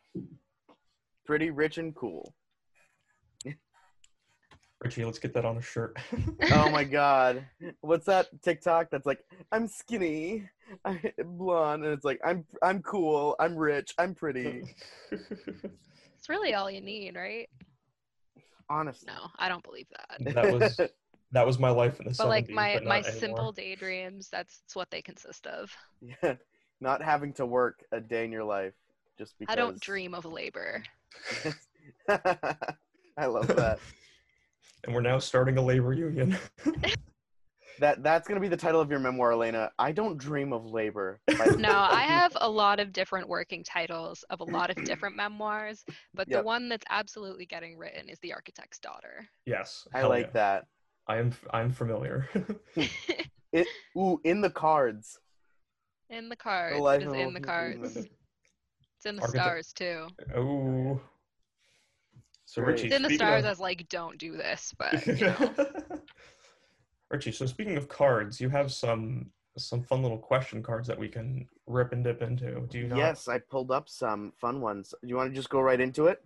S2: Pretty rich and cool.
S1: Richie, let's get that on a shirt.
S2: Oh my god. What's that TikTok that's like, I'm skinny, I'm blonde, and it's like, I'm I'm cool, I'm rich, I'm pretty.
S1: that
S3: it's really all you need, right?
S2: Honestly.
S3: No, I don't believe that.
S1: was that was my life in the 70s.
S3: But like my
S1: but not
S3: my
S1: anymore.
S3: simple daydreams, that's, that's what they consist of.
S2: yeah. Not having to work a day in your life just because
S3: I don't dream of labor.
S2: I love that.
S1: and we're now starting a labor union.
S2: That that's gonna be the title of your memoir, Elena. I don't dream of labor. by-
S3: No, I have a lot of different working titles of a lot of different memoirs, but the
S2: Yep.
S3: one that's absolutely getting written is The Architect's Daughter.
S1: yes,
S2: I
S1: hell
S2: like
S1: yeah.
S2: that.
S1: I am I'm familiar.
S2: It ooh, in the cards.
S3: In the cards.
S2: life
S3: It is
S2: of
S3: in
S2: Walt
S3: the
S2: Disney.
S3: cards. It's in the
S1: Architect-
S3: stars too.
S1: oh, So
S2: Right.
S1: Richie,
S3: It's in the
S1: speaking
S3: stars
S1: of-
S3: as like, don't do this, but you know.
S1: Richie, so speaking of cards, you have some some fun little question cards that we can rip and dip into. Do you not?
S2: Yes, I pulled up some fun ones. You want to just go right into it?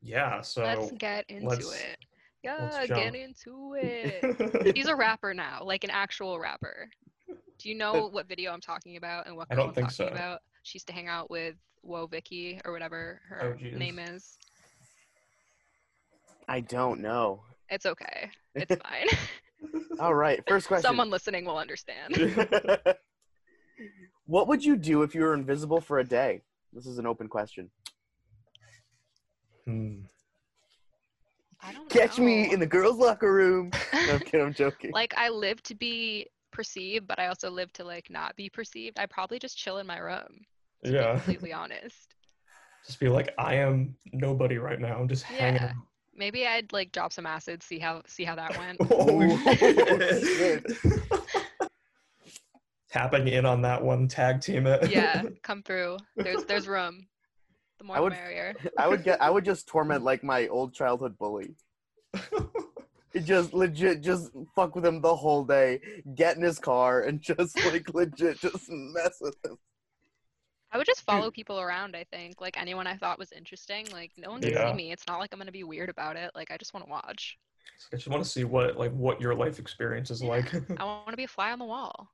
S1: Yeah. So
S3: let's get into
S1: let's-
S3: it.
S1: let's
S3: Yeah, get
S1: jump.
S3: into it. He's a rapper now, like an actual rapper. Do you know what video I'm talking about and what
S1: I
S3: girl
S1: don't
S3: I'm
S1: think
S3: talking
S1: so.
S3: about? She used to hang out with Whoa Vicky or whatever
S1: Oh,
S3: her
S1: jeez.
S3: name is.
S2: I don't know.
S3: It's okay. It's fine.
S2: All right, first question.
S3: Someone listening will understand.
S2: what would you do if you were invisible for a day? This is an open question.
S1: Hmm.
S3: I don't
S2: Catch me
S3: know.
S2: in the girls' locker room. Oh. No, I'm kidding, I'm joking.
S3: like I live to be perceived, but I also live to like not be perceived. I probably just chill in my room. To
S1: Yeah.
S3: Be completely honest.
S1: Just be like, I am nobody right now. I'm just hanging.
S3: Yeah. Maybe I'd like drop some acid, see how see how that went.
S1: Oh,
S2: Ooh,
S1: shit. Tapping in on that one, tag team it.
S3: yeah, come through. There's there's room. The more
S2: I would-
S3: the merrier.
S2: I would get. I would just torment like my old childhood bully. It Just legit, just fuck with him the whole day. Get in his car and just like legit, just mess with him.
S3: I would just follow people around, I think. Like anyone I thought was interesting. Like no one's gonna
S1: Yeah.
S3: see me. It's not like I'm gonna be weird about it. Like I just wanna watch.
S1: I just want to see what like what your life experience is
S3: Yeah.
S1: like.
S3: I wanna be a fly on the wall.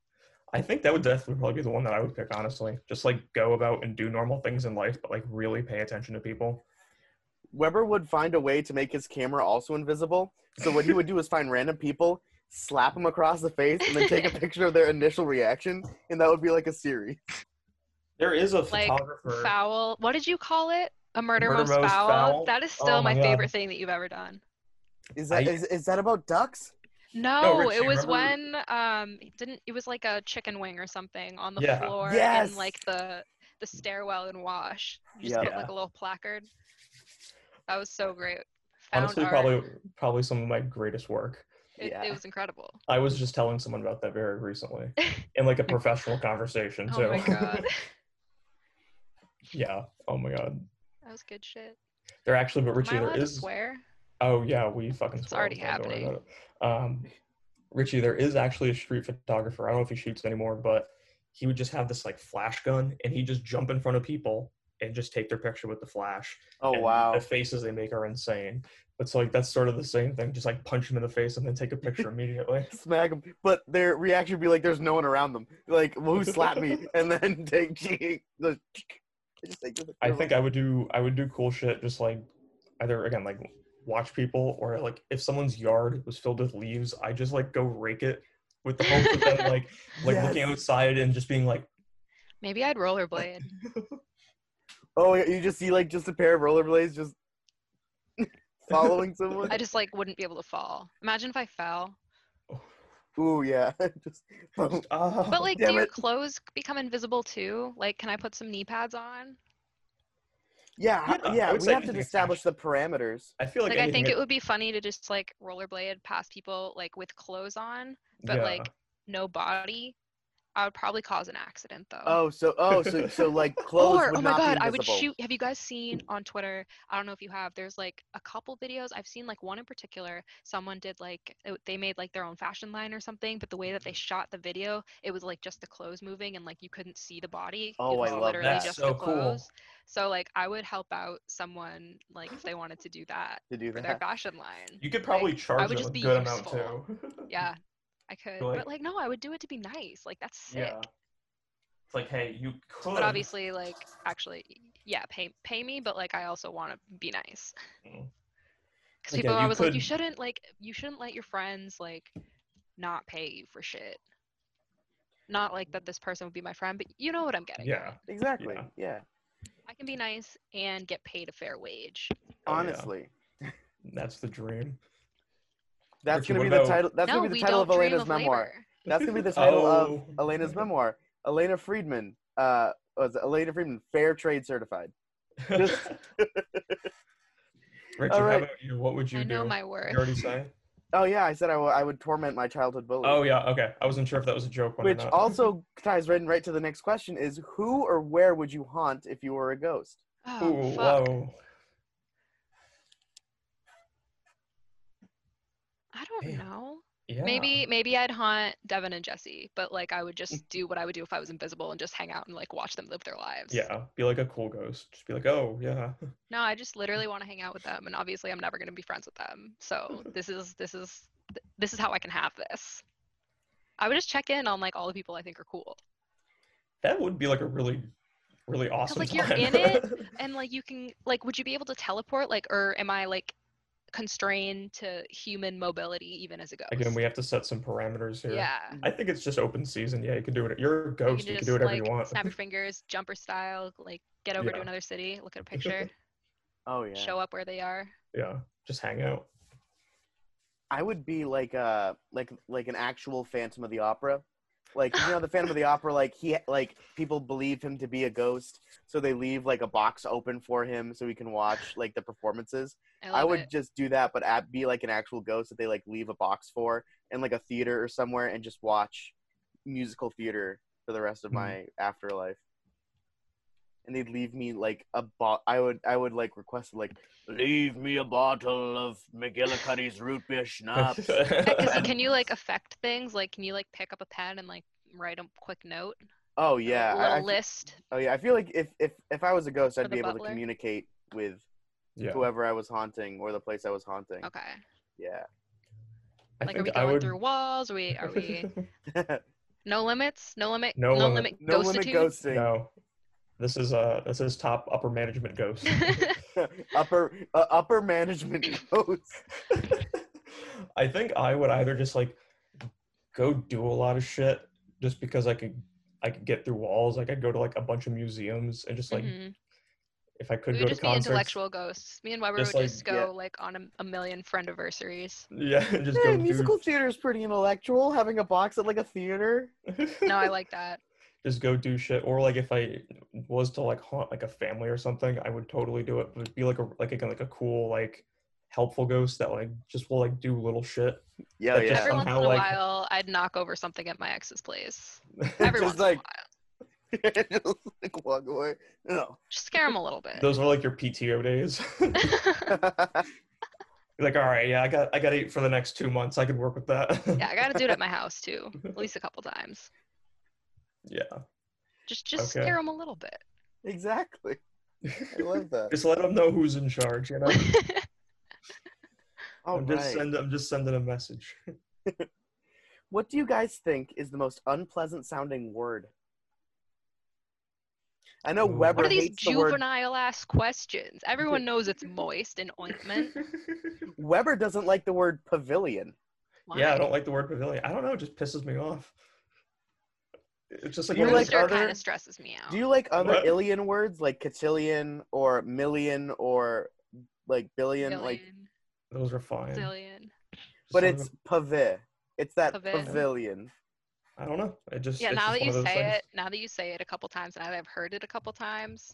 S1: I think that would definitely probably be the one that I would pick, honestly. Just like go about and do normal things in life, but like really pay attention to people.
S2: Weber would find a way to make his camera also invisible. So what he would do is find random people, slap them across the face, and then take a picture of their initial reaction, and that would be like a series.
S1: There is a
S3: Like,
S1: photographer.
S3: Foul what did you call it? A murder,
S1: Murder
S3: most,
S1: most
S3: foul?
S1: foul?
S3: That is still
S1: Oh
S3: my,
S1: my God.
S3: favorite thing that you've ever done.
S2: Is that
S1: I-
S2: is, is that about ducks?
S1: Oh,
S3: No,
S1: Rich,
S3: it
S1: you
S3: was
S1: remember-
S3: when um it didn't it was like a chicken wing or something on the
S1: Yeah.
S3: floor
S2: Yes.
S3: in like the the stairwell and wash. You just
S2: Yeah.
S3: put like a little placard. That was so great. Found
S1: honestly,
S3: art.
S1: probably probably some of my greatest work.
S3: It,
S2: Yeah.
S3: it was incredible.
S1: I was just telling someone about that very recently in like a professional conversation too.
S3: Oh my god,
S1: yeah. Oh my god.
S3: that was good shit.
S1: There actually, but Richie,
S3: Am I allowed
S1: there
S3: to
S1: is.
S3: swear?
S1: Oh yeah, we fucking.
S3: It's
S1: swear all
S3: already
S1: the time, don't worry
S3: happening.
S1: about it. Um, Richie, there is actually a street photographer. I don't know if he shoots anymore, but he would just have this like flash gun, and he just jump in front of people and just take their picture with the flash.
S2: Oh
S1: and
S2: wow.
S1: The faces they make are insane. But so like that's sort of the same thing. Just like punch him in the face and then take a picture immediately.
S2: Smack them, but their reaction would be like, "There's no one around them." Like, well, who slapped me? And then take the. I just take the
S1: I think I would do I would do cool shit just like either again like watch people or like if someone's yard was filled with leaves, I just like go rake it with the hope of them like like looking
S2: Yes.
S1: outside and just being like
S3: Maybe I'd rollerblade.
S2: Oh, yeah, you just see like just a pair of rollerblades just following someone.
S3: I just like wouldn't be able to fall. Imagine if I fell.
S1: "Oh,
S2: Ooh, yeah. just
S1: ah.
S3: But like,
S2: damn
S3: do your
S2: it.
S3: clothes become invisible too? Like, can I put some knee pads on?
S2: yeah, h-
S1: Yeah, I
S2: yeah.
S1: would
S2: We
S1: say
S2: have to
S1: anything is
S2: establish the parameters.
S1: I feel like,
S3: Like, I think
S1: anything-
S3: it would be funny to just like rollerblade past people like with clothes on, but
S1: yeah.
S3: like no body. I would probably cause an accident though.
S2: Oh, so oh, so so like clothes
S3: or
S2: would
S3: oh my
S2: not
S3: god,
S2: be
S3: I would
S2: invisible.
S3: shoot. Have you guys seen on Twitter? I don't know if you have. There's like a couple videos I've seen. Like one in particular, someone did like it- they made like their own fashion line or something. But the way that
S2: Mm-hmm.
S3: they shot the video, it was like just the clothes moving and like you couldn't see the body.
S2: Oh,
S3: it was
S2: I love
S3: literally
S1: that.
S3: just
S1: So
S3: the
S1: cool.
S3: clothes. So like I would help out someone like if they wanted to do that
S2: to do
S3: for their
S2: that.
S3: fashion line.
S1: you could probably charge them
S3: would just
S1: a
S3: be
S1: good
S3: useful.
S1: amount too.
S3: Yeah, I could.
S1: Like-
S3: but like no, I would do it to be nice. Like that's sick.
S1: Yeah. It's like, hey, you could
S3: But obviously, like actually, yeah, pay pay me, but like I also want to be nice.
S1: Mm.
S3: Because
S1: Like, yeah,
S3: people are
S1: you
S3: always like, you
S1: could-
S3: shouldn't like you shouldn't let your friends like not pay you for shit. Not like that this person would be my friend, but you know what I'm getting.
S1: Yeah.
S2: Exactly.
S1: Yeah.
S2: Yeah.
S3: I can be nice and get paid a fair wage.
S1: Oh, yeah.
S2: Honestly,
S1: That's the dream.
S2: that's
S1: Richie,
S2: gonna
S1: what
S2: be the
S1: about-
S2: title. That's
S3: no,
S2: gonna be
S3: we
S2: the title
S3: don't
S2: of
S3: dream
S2: Elena's
S3: of
S2: memoir.
S3: labor.
S2: That's gonna be the title of
S1: Oh.
S2: Elena's memoir. Elena Friedman. Uh, was it Elena Friedman fair trade certified? Just-
S1: Richard,
S2: All
S1: how
S2: right.
S1: about you? What would you
S3: I know
S1: do?
S3: my
S1: you
S3: worth.
S1: already say?
S2: Oh yeah, I said I wa- I would torment my childhood bully.
S1: Oh yeah, okay. I wasn't sure if that was a joke. When
S2: Which also ties right in right to the next question is who or where would you haunt if you were a ghost?
S3: Oh,
S1: Ooh,
S3: fuck.
S1: whoa.
S3: don't
S1: Damn.
S3: know.
S1: Yeah.
S3: Maybe maybe I'd haunt Devin and Jesse, but like I would just do what I would do if I was invisible and just hang out and like watch them live their lives.
S1: Yeah. Be like a cool ghost. Just be like, oh yeah.
S3: No, I just literally want to hang out with them, and obviously I'm never gonna be friends with them. So this is this is th- this is how I can have this. I would just check in on like all the people I think are cool,
S1: That would be like a really, really awesome.
S3: like, you're
S1: time.
S3: in it, and like you can like would you be able to teleport like or am I like constrained to human mobility even as a ghost?
S1: Again, we have to set some parameters here.
S3: yeah.
S1: I think it's just open season. Yeah, you can do it. You're a ghost. You can, do whatever
S3: like,
S1: you want.
S3: Snap your fingers, jumper style, like get over to
S1: Yeah.
S3: another city, look at a picture,
S2: Oh yeah.
S3: show up where they are.
S1: Yeah, just hang out.
S2: I would be like uh like like an actual Phantom of the Opera. Like you know the Phantom of the Opera like he like people believe him to be a ghost so they leave like a box open for him so he can watch like the performances.
S3: I,
S2: I
S3: love
S2: would
S3: it.
S2: just do that but at, be like an actual ghost that they like leave a box for in like a theater or somewhere and just watch musical theater for the rest of
S1: Mhm.
S2: my afterlife. And they'd leave me like a bo- I would I would like request like leave me a bottle of McGillicuddy's root beer
S1: Uh,
S2: schnapps.
S3: Yeah, 'cause can you like affect things? Like, can you like pick up a pen and like write a quick note?
S2: Oh
S3: A
S2: yeah,
S3: little
S2: I, I,
S3: list.
S2: oh yeah. I feel like if if if I was a ghost,
S3: For
S2: I'd
S3: the
S2: be able
S3: butler?
S2: to communicate with
S1: yeah,
S2: whoever I was haunting or the place I was haunting.
S3: Okay.
S2: Yeah.
S1: I
S3: like, are
S1: think
S3: we
S1: I
S3: going
S1: would.
S3: through walls? Are we? Are we? No limits. No limit.
S1: No
S3: limit.
S1: limit.
S2: No limit
S3: ghostitude?
S2: ghosting.
S1: no, this is uh this is top upper management ghost.
S2: upper uh, upper management ghost.
S1: I think I would either just like go do a lot of shit just because I could I could get through walls. I could go to like a bunch of museums and just like
S3: Mhm.
S1: if I
S3: We
S1: could
S3: would
S1: go
S3: just
S1: to
S3: be
S1: concerts.
S3: intellectual ghosts. Me and Weber
S1: Just,
S3: would
S1: like,
S3: just go
S2: yeah.
S3: like on a, a million friend anniversaries.
S1: Yeah, just
S2: Yeah,
S1: go
S2: musical theater is pretty intellectual. Having a box at like a theater.
S1: do.
S3: No, I like that.
S1: just go do shit or like if i was to like haunt like a family or something i would totally do it but it'd be like a like again like a cool like helpful ghost that like just will like do little shit
S2: Yeah,
S1: That
S2: yeah.
S3: Every once in
S1: somehow,
S3: a
S1: like-
S3: while, I'd knock over something at my ex's place. Every once
S2: Just
S3: in a
S2: like
S3: while.
S2: like walk away. No.
S3: Just scare them a little bit.
S1: those were like your pto days
S3: yeah,
S1: like all right yeah i got i got eight for the next two months i could work with that
S3: I gotta do it at my house too, at least a couple times.
S1: yeah
S3: Just, just
S1: Okay.
S3: scare them a little bit.
S2: exactly. I love that.
S1: just let them know who's in charge you know
S2: All
S1: i'm
S2: right.
S1: just send i'm just sending a message
S2: What do you guys think is the most unpleasant sounding word? I know
S1: Ooh.
S2: Weber
S3: what are these
S2: hates the word.
S3: juvenile-ass questions? Everyone knows it's moist and ointment.
S2: Weber doesn't like the word pavilion.
S3: Why?
S1: yeah i don't like the word pavilion i don't know it just pisses me off it's just like
S2: You
S1: one of those-
S3: Your
S2: like
S3: sister
S2: other-
S3: kind of stresses me out.
S2: Do you like other
S1: What?
S2: illion words like cotillion or million or like billion? Like,
S3: Billion,
S1: those are fine Just
S3: zillion.
S2: but
S1: some of
S2: it's pavé. It's that
S3: Pavé.
S2: pavilion.
S1: I don't know. It just
S3: Yeah,
S1: It's
S3: now
S1: just
S3: that you
S1: one of those
S3: say
S1: things.
S3: it, now that you say it a couple times, now that I've heard it a couple times,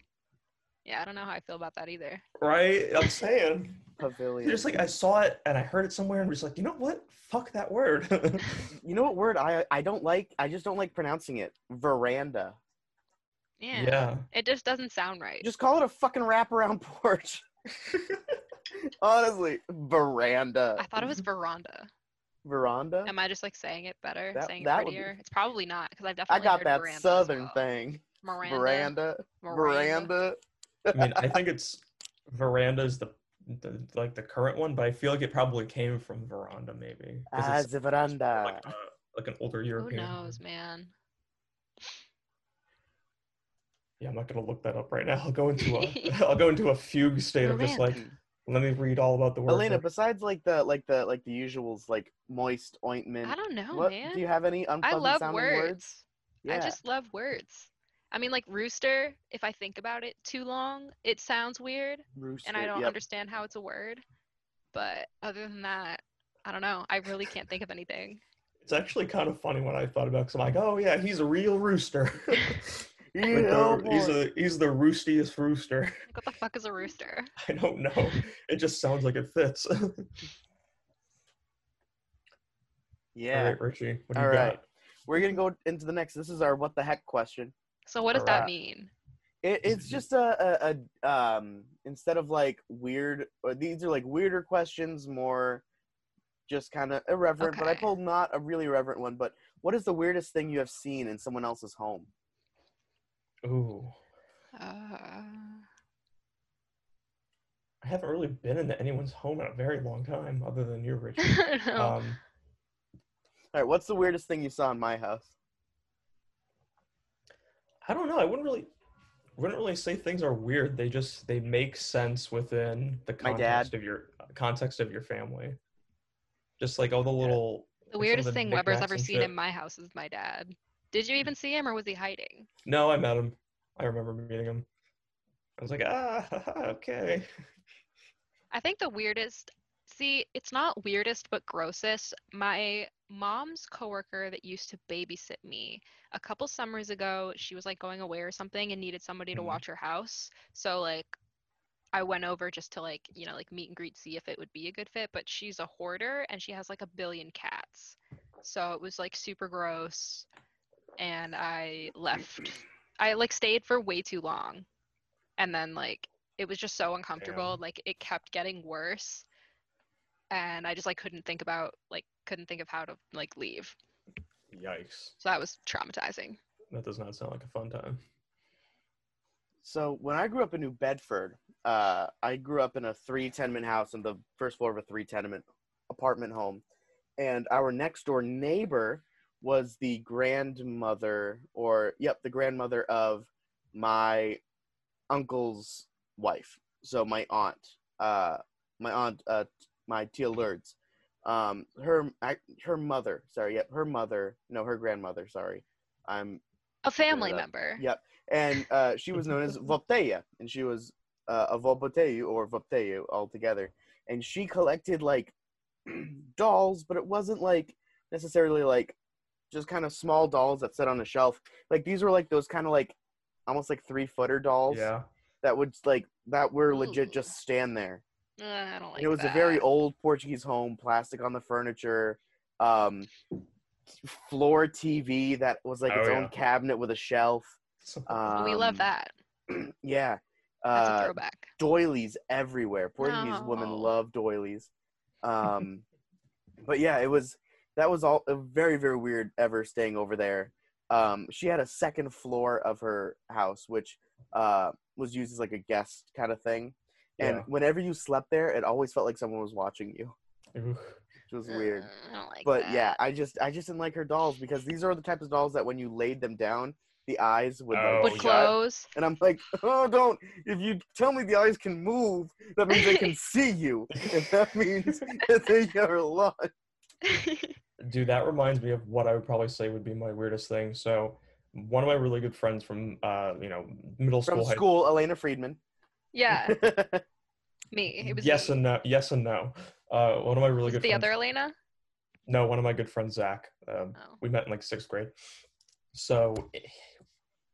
S3: yeah, I don't know how I feel about that either.
S1: right? I'm saying
S2: Pavilion.
S1: just like I saw it and I heard it somewhere and was just like, you know what? Fuck that word.
S2: you know what word I I don't like? I just don't like pronouncing it. Veranda.
S3: Yeah,
S1: Yeah.
S3: it just doesn't sound right.
S2: Just call it a fucking wraparound porch. Honestly, veranda.
S3: I thought it was
S2: mm-hmm.
S3: veranda.
S2: veranda.
S3: Am I just like saying it better,
S2: That-
S3: saying
S2: that
S3: it
S2: would be-
S3: prettier? It's probably not because I've
S2: I
S3: definitely
S2: got
S3: heard
S2: that
S3: veranda as
S2: southern
S3: well.
S2: thing.
S3: Miranda,
S2: Veranda. Veranda.
S1: I mean, I think it's veranda is the, the like the current one, but I feel like it probably came from veranda maybe. 'cause
S2: Ah,
S1: it's-
S2: the
S1: it's more
S2: veranda.
S1: Like, a, like an older
S3: Who
S1: European.
S3: knows, man?
S1: Yeah, I'm not gonna look that up right now. I'll go into a I'll go into a fugue state of just like
S3: Veranda.
S1: let me read all about the word.
S2: Elena,
S1: first.
S2: besides like the like the like the usuals like moist ointment.
S3: I don't know,
S2: what,
S3: man.
S2: Do you have any
S3: I
S2: unpleasant
S3: love
S2: sounding
S3: words.
S2: Yeah.
S3: I just love words. I mean, like rooster. If I think about it too long, it sounds weird,
S2: Rooster,
S3: and I don't
S2: yep.
S3: understand how it's a word. But other than that, I don't know. I really can't think of anything.
S1: it's actually kind of funny when I thought about it 'cause I'm like, oh yeah, he's a real rooster. Like the-
S2: Ew,
S1: he's
S2: oh, boy.
S1: the he's the roostiest rooster.
S3: Like, what the fuck is a rooster?
S1: I don't know. It just sounds like it fits. All
S2: yeah.
S1: right, Richie, what do you
S2: All right.
S1: got?
S2: We're gonna go into the next. This is our what the heck question.
S3: So what does
S1: Alright.
S3: that mean?
S2: It, it's just a, a, a uh, um instead of like weird or these are like weirder questions, more just kind of irreverent, but I
S3: Okay.
S2: pulled not a really irreverent one. But what is the weirdest thing you have seen in someone else's home?
S1: Ooh,
S3: Uh,
S1: I haven't really been into anyone's home in a very long time, other than you, Richard.
S3: I don't
S2: Oh.
S3: know.
S1: Um,
S2: All right, what's the weirdest thing you saw in my house?
S1: I don't know. I wouldn't really, wouldn't really say things are weird. They just they make sense within the
S2: My dad.
S1: context of your context of your family. Just like all the little.
S3: the weirdest
S1: the
S3: thing Weber's
S1: knickknacks
S3: ever
S1: and
S3: seen
S1: shit.
S3: in my house is my dad. Did you even see him, or was he hiding?
S1: No, I met him. I remember meeting him. I was like, ah, okay.
S3: I think the weirdest, see, it's not weirdest, but grossest. My mom's coworker that used to babysit me a couple summers ago, she was like going away or something and needed somebody to
S1: Mhm.
S3: watch her house. So, like, I went over just to like, you know, like meet and greet, see if it would be a good fit. But she's a hoarder and she has like a billion cats. So it was like super gross. And I left. I like stayed for way too long. And then like it was just so uncomfortable. Like it kept getting worse. And I just like couldn't think about like couldn't think of how to like leave.
S1: Yikes!
S3: So that was traumatizing.
S1: That does not sound like a fun time.
S2: So when I grew up in New Bedford, uh, I grew up in a three tenement house on the first floor of a three tenement apartment home, and our next door neighbor was the grandmother, or yep, the grandmother of my uncle's wife. So my aunt, uh, my aunt, uh, my tia Lourdes, um, her I, her mother. Sorry, yep, her mother. No, her grandmother. Sorry, I'm
S3: A family
S2: up.
S3: member.
S2: Yep. and uh, she was known as Vopteya, and she was uh, a Vopoteu or Vopteyu altogether. And she collected like dolls, but it wasn't like necessarily like just kind of small dolls that sit on a shelf. Like these were like those kind of like almost like three footer dolls
S1: Yeah.
S2: that would like that were legit
S3: Ooh.
S2: just stand there.
S3: Uh, I don't like
S2: And it was
S3: that.
S2: a very old Portuguese home, plastic on the furniture, um, floor TV that was like its
S1: Oh,
S2: own
S1: yeah.
S2: cabinet with a shelf. Um,
S3: we love that.
S2: yeah.
S3: That's a
S2: Uh,
S3: throwback.
S2: doilies everywhere. Portuguese women
S3: No.
S2: love doilies. Um, but yeah, it was that was all a very very weird ever staying over there. Um, she had a second floor of her house, which uh, was used as like a guest kind of thing. And
S1: Yeah.
S2: whenever you slept there, it always felt like someone was watching you,
S1: Oof.
S2: which was weird.
S3: Uh, I don't like
S2: But
S3: that.
S2: yeah, I just I just didn't like her dolls because these are the types of dolls that when you laid them down, the eyes would like,
S1: Oh,
S3: Would
S1: yeah.
S2: shut.
S3: close.
S2: And I'm like, oh, don't. If you tell me the eyes can move, that means they can see you. And that means that they are lost.
S1: Dude, that reminds me of what I would probably say would be my weirdest thing. So, one of my really good friends from, uh, you know, middle
S2: From
S1: school. high-
S2: school, Elena Friedman.
S3: yeah, me. It was
S1: yes
S3: me.
S1: and no. Yes and no. Uh, one of my really
S3: Was
S1: good
S3: the
S1: friends.
S3: other Elena.
S1: No, one of my good friends, Zach. Um,
S3: Oh.
S1: we met in like sixth grade. So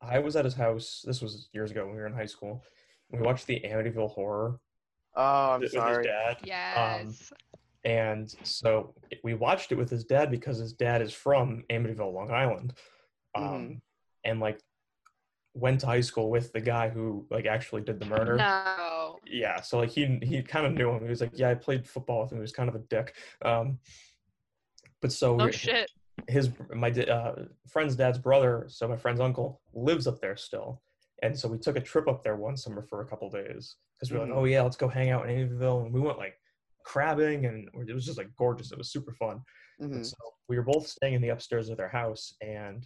S1: I was at his house. This was years ago when we were in high school. We watched the Amityville Horror
S2: oh, I'm
S1: with his
S2: sorry.
S1: dad.
S3: Yes.
S1: And so we watched it with his dad because his dad is from Amityville, Long Island. Um,
S2: Mhm.
S1: And like went to high school with the guy who like actually did the murder.
S3: no.
S1: Yeah. So like he he kind of knew him. He was like, yeah, I played football with him. He was kind of a dick. Um, but so
S3: Oh
S1: we-
S3: shit.
S1: his my da- uh, friend's dad's brother, so my friend's uncle lives up there still, and so we took a trip up there one summer for a couple days because we were
S2: Mhm.
S1: like, oh yeah, let's go hang out in Amityville, and we went like crabbing, and it was just like gorgeous. It was super fun. And
S2: Mhm.
S1: So we were both staying in the upstairs of their house, and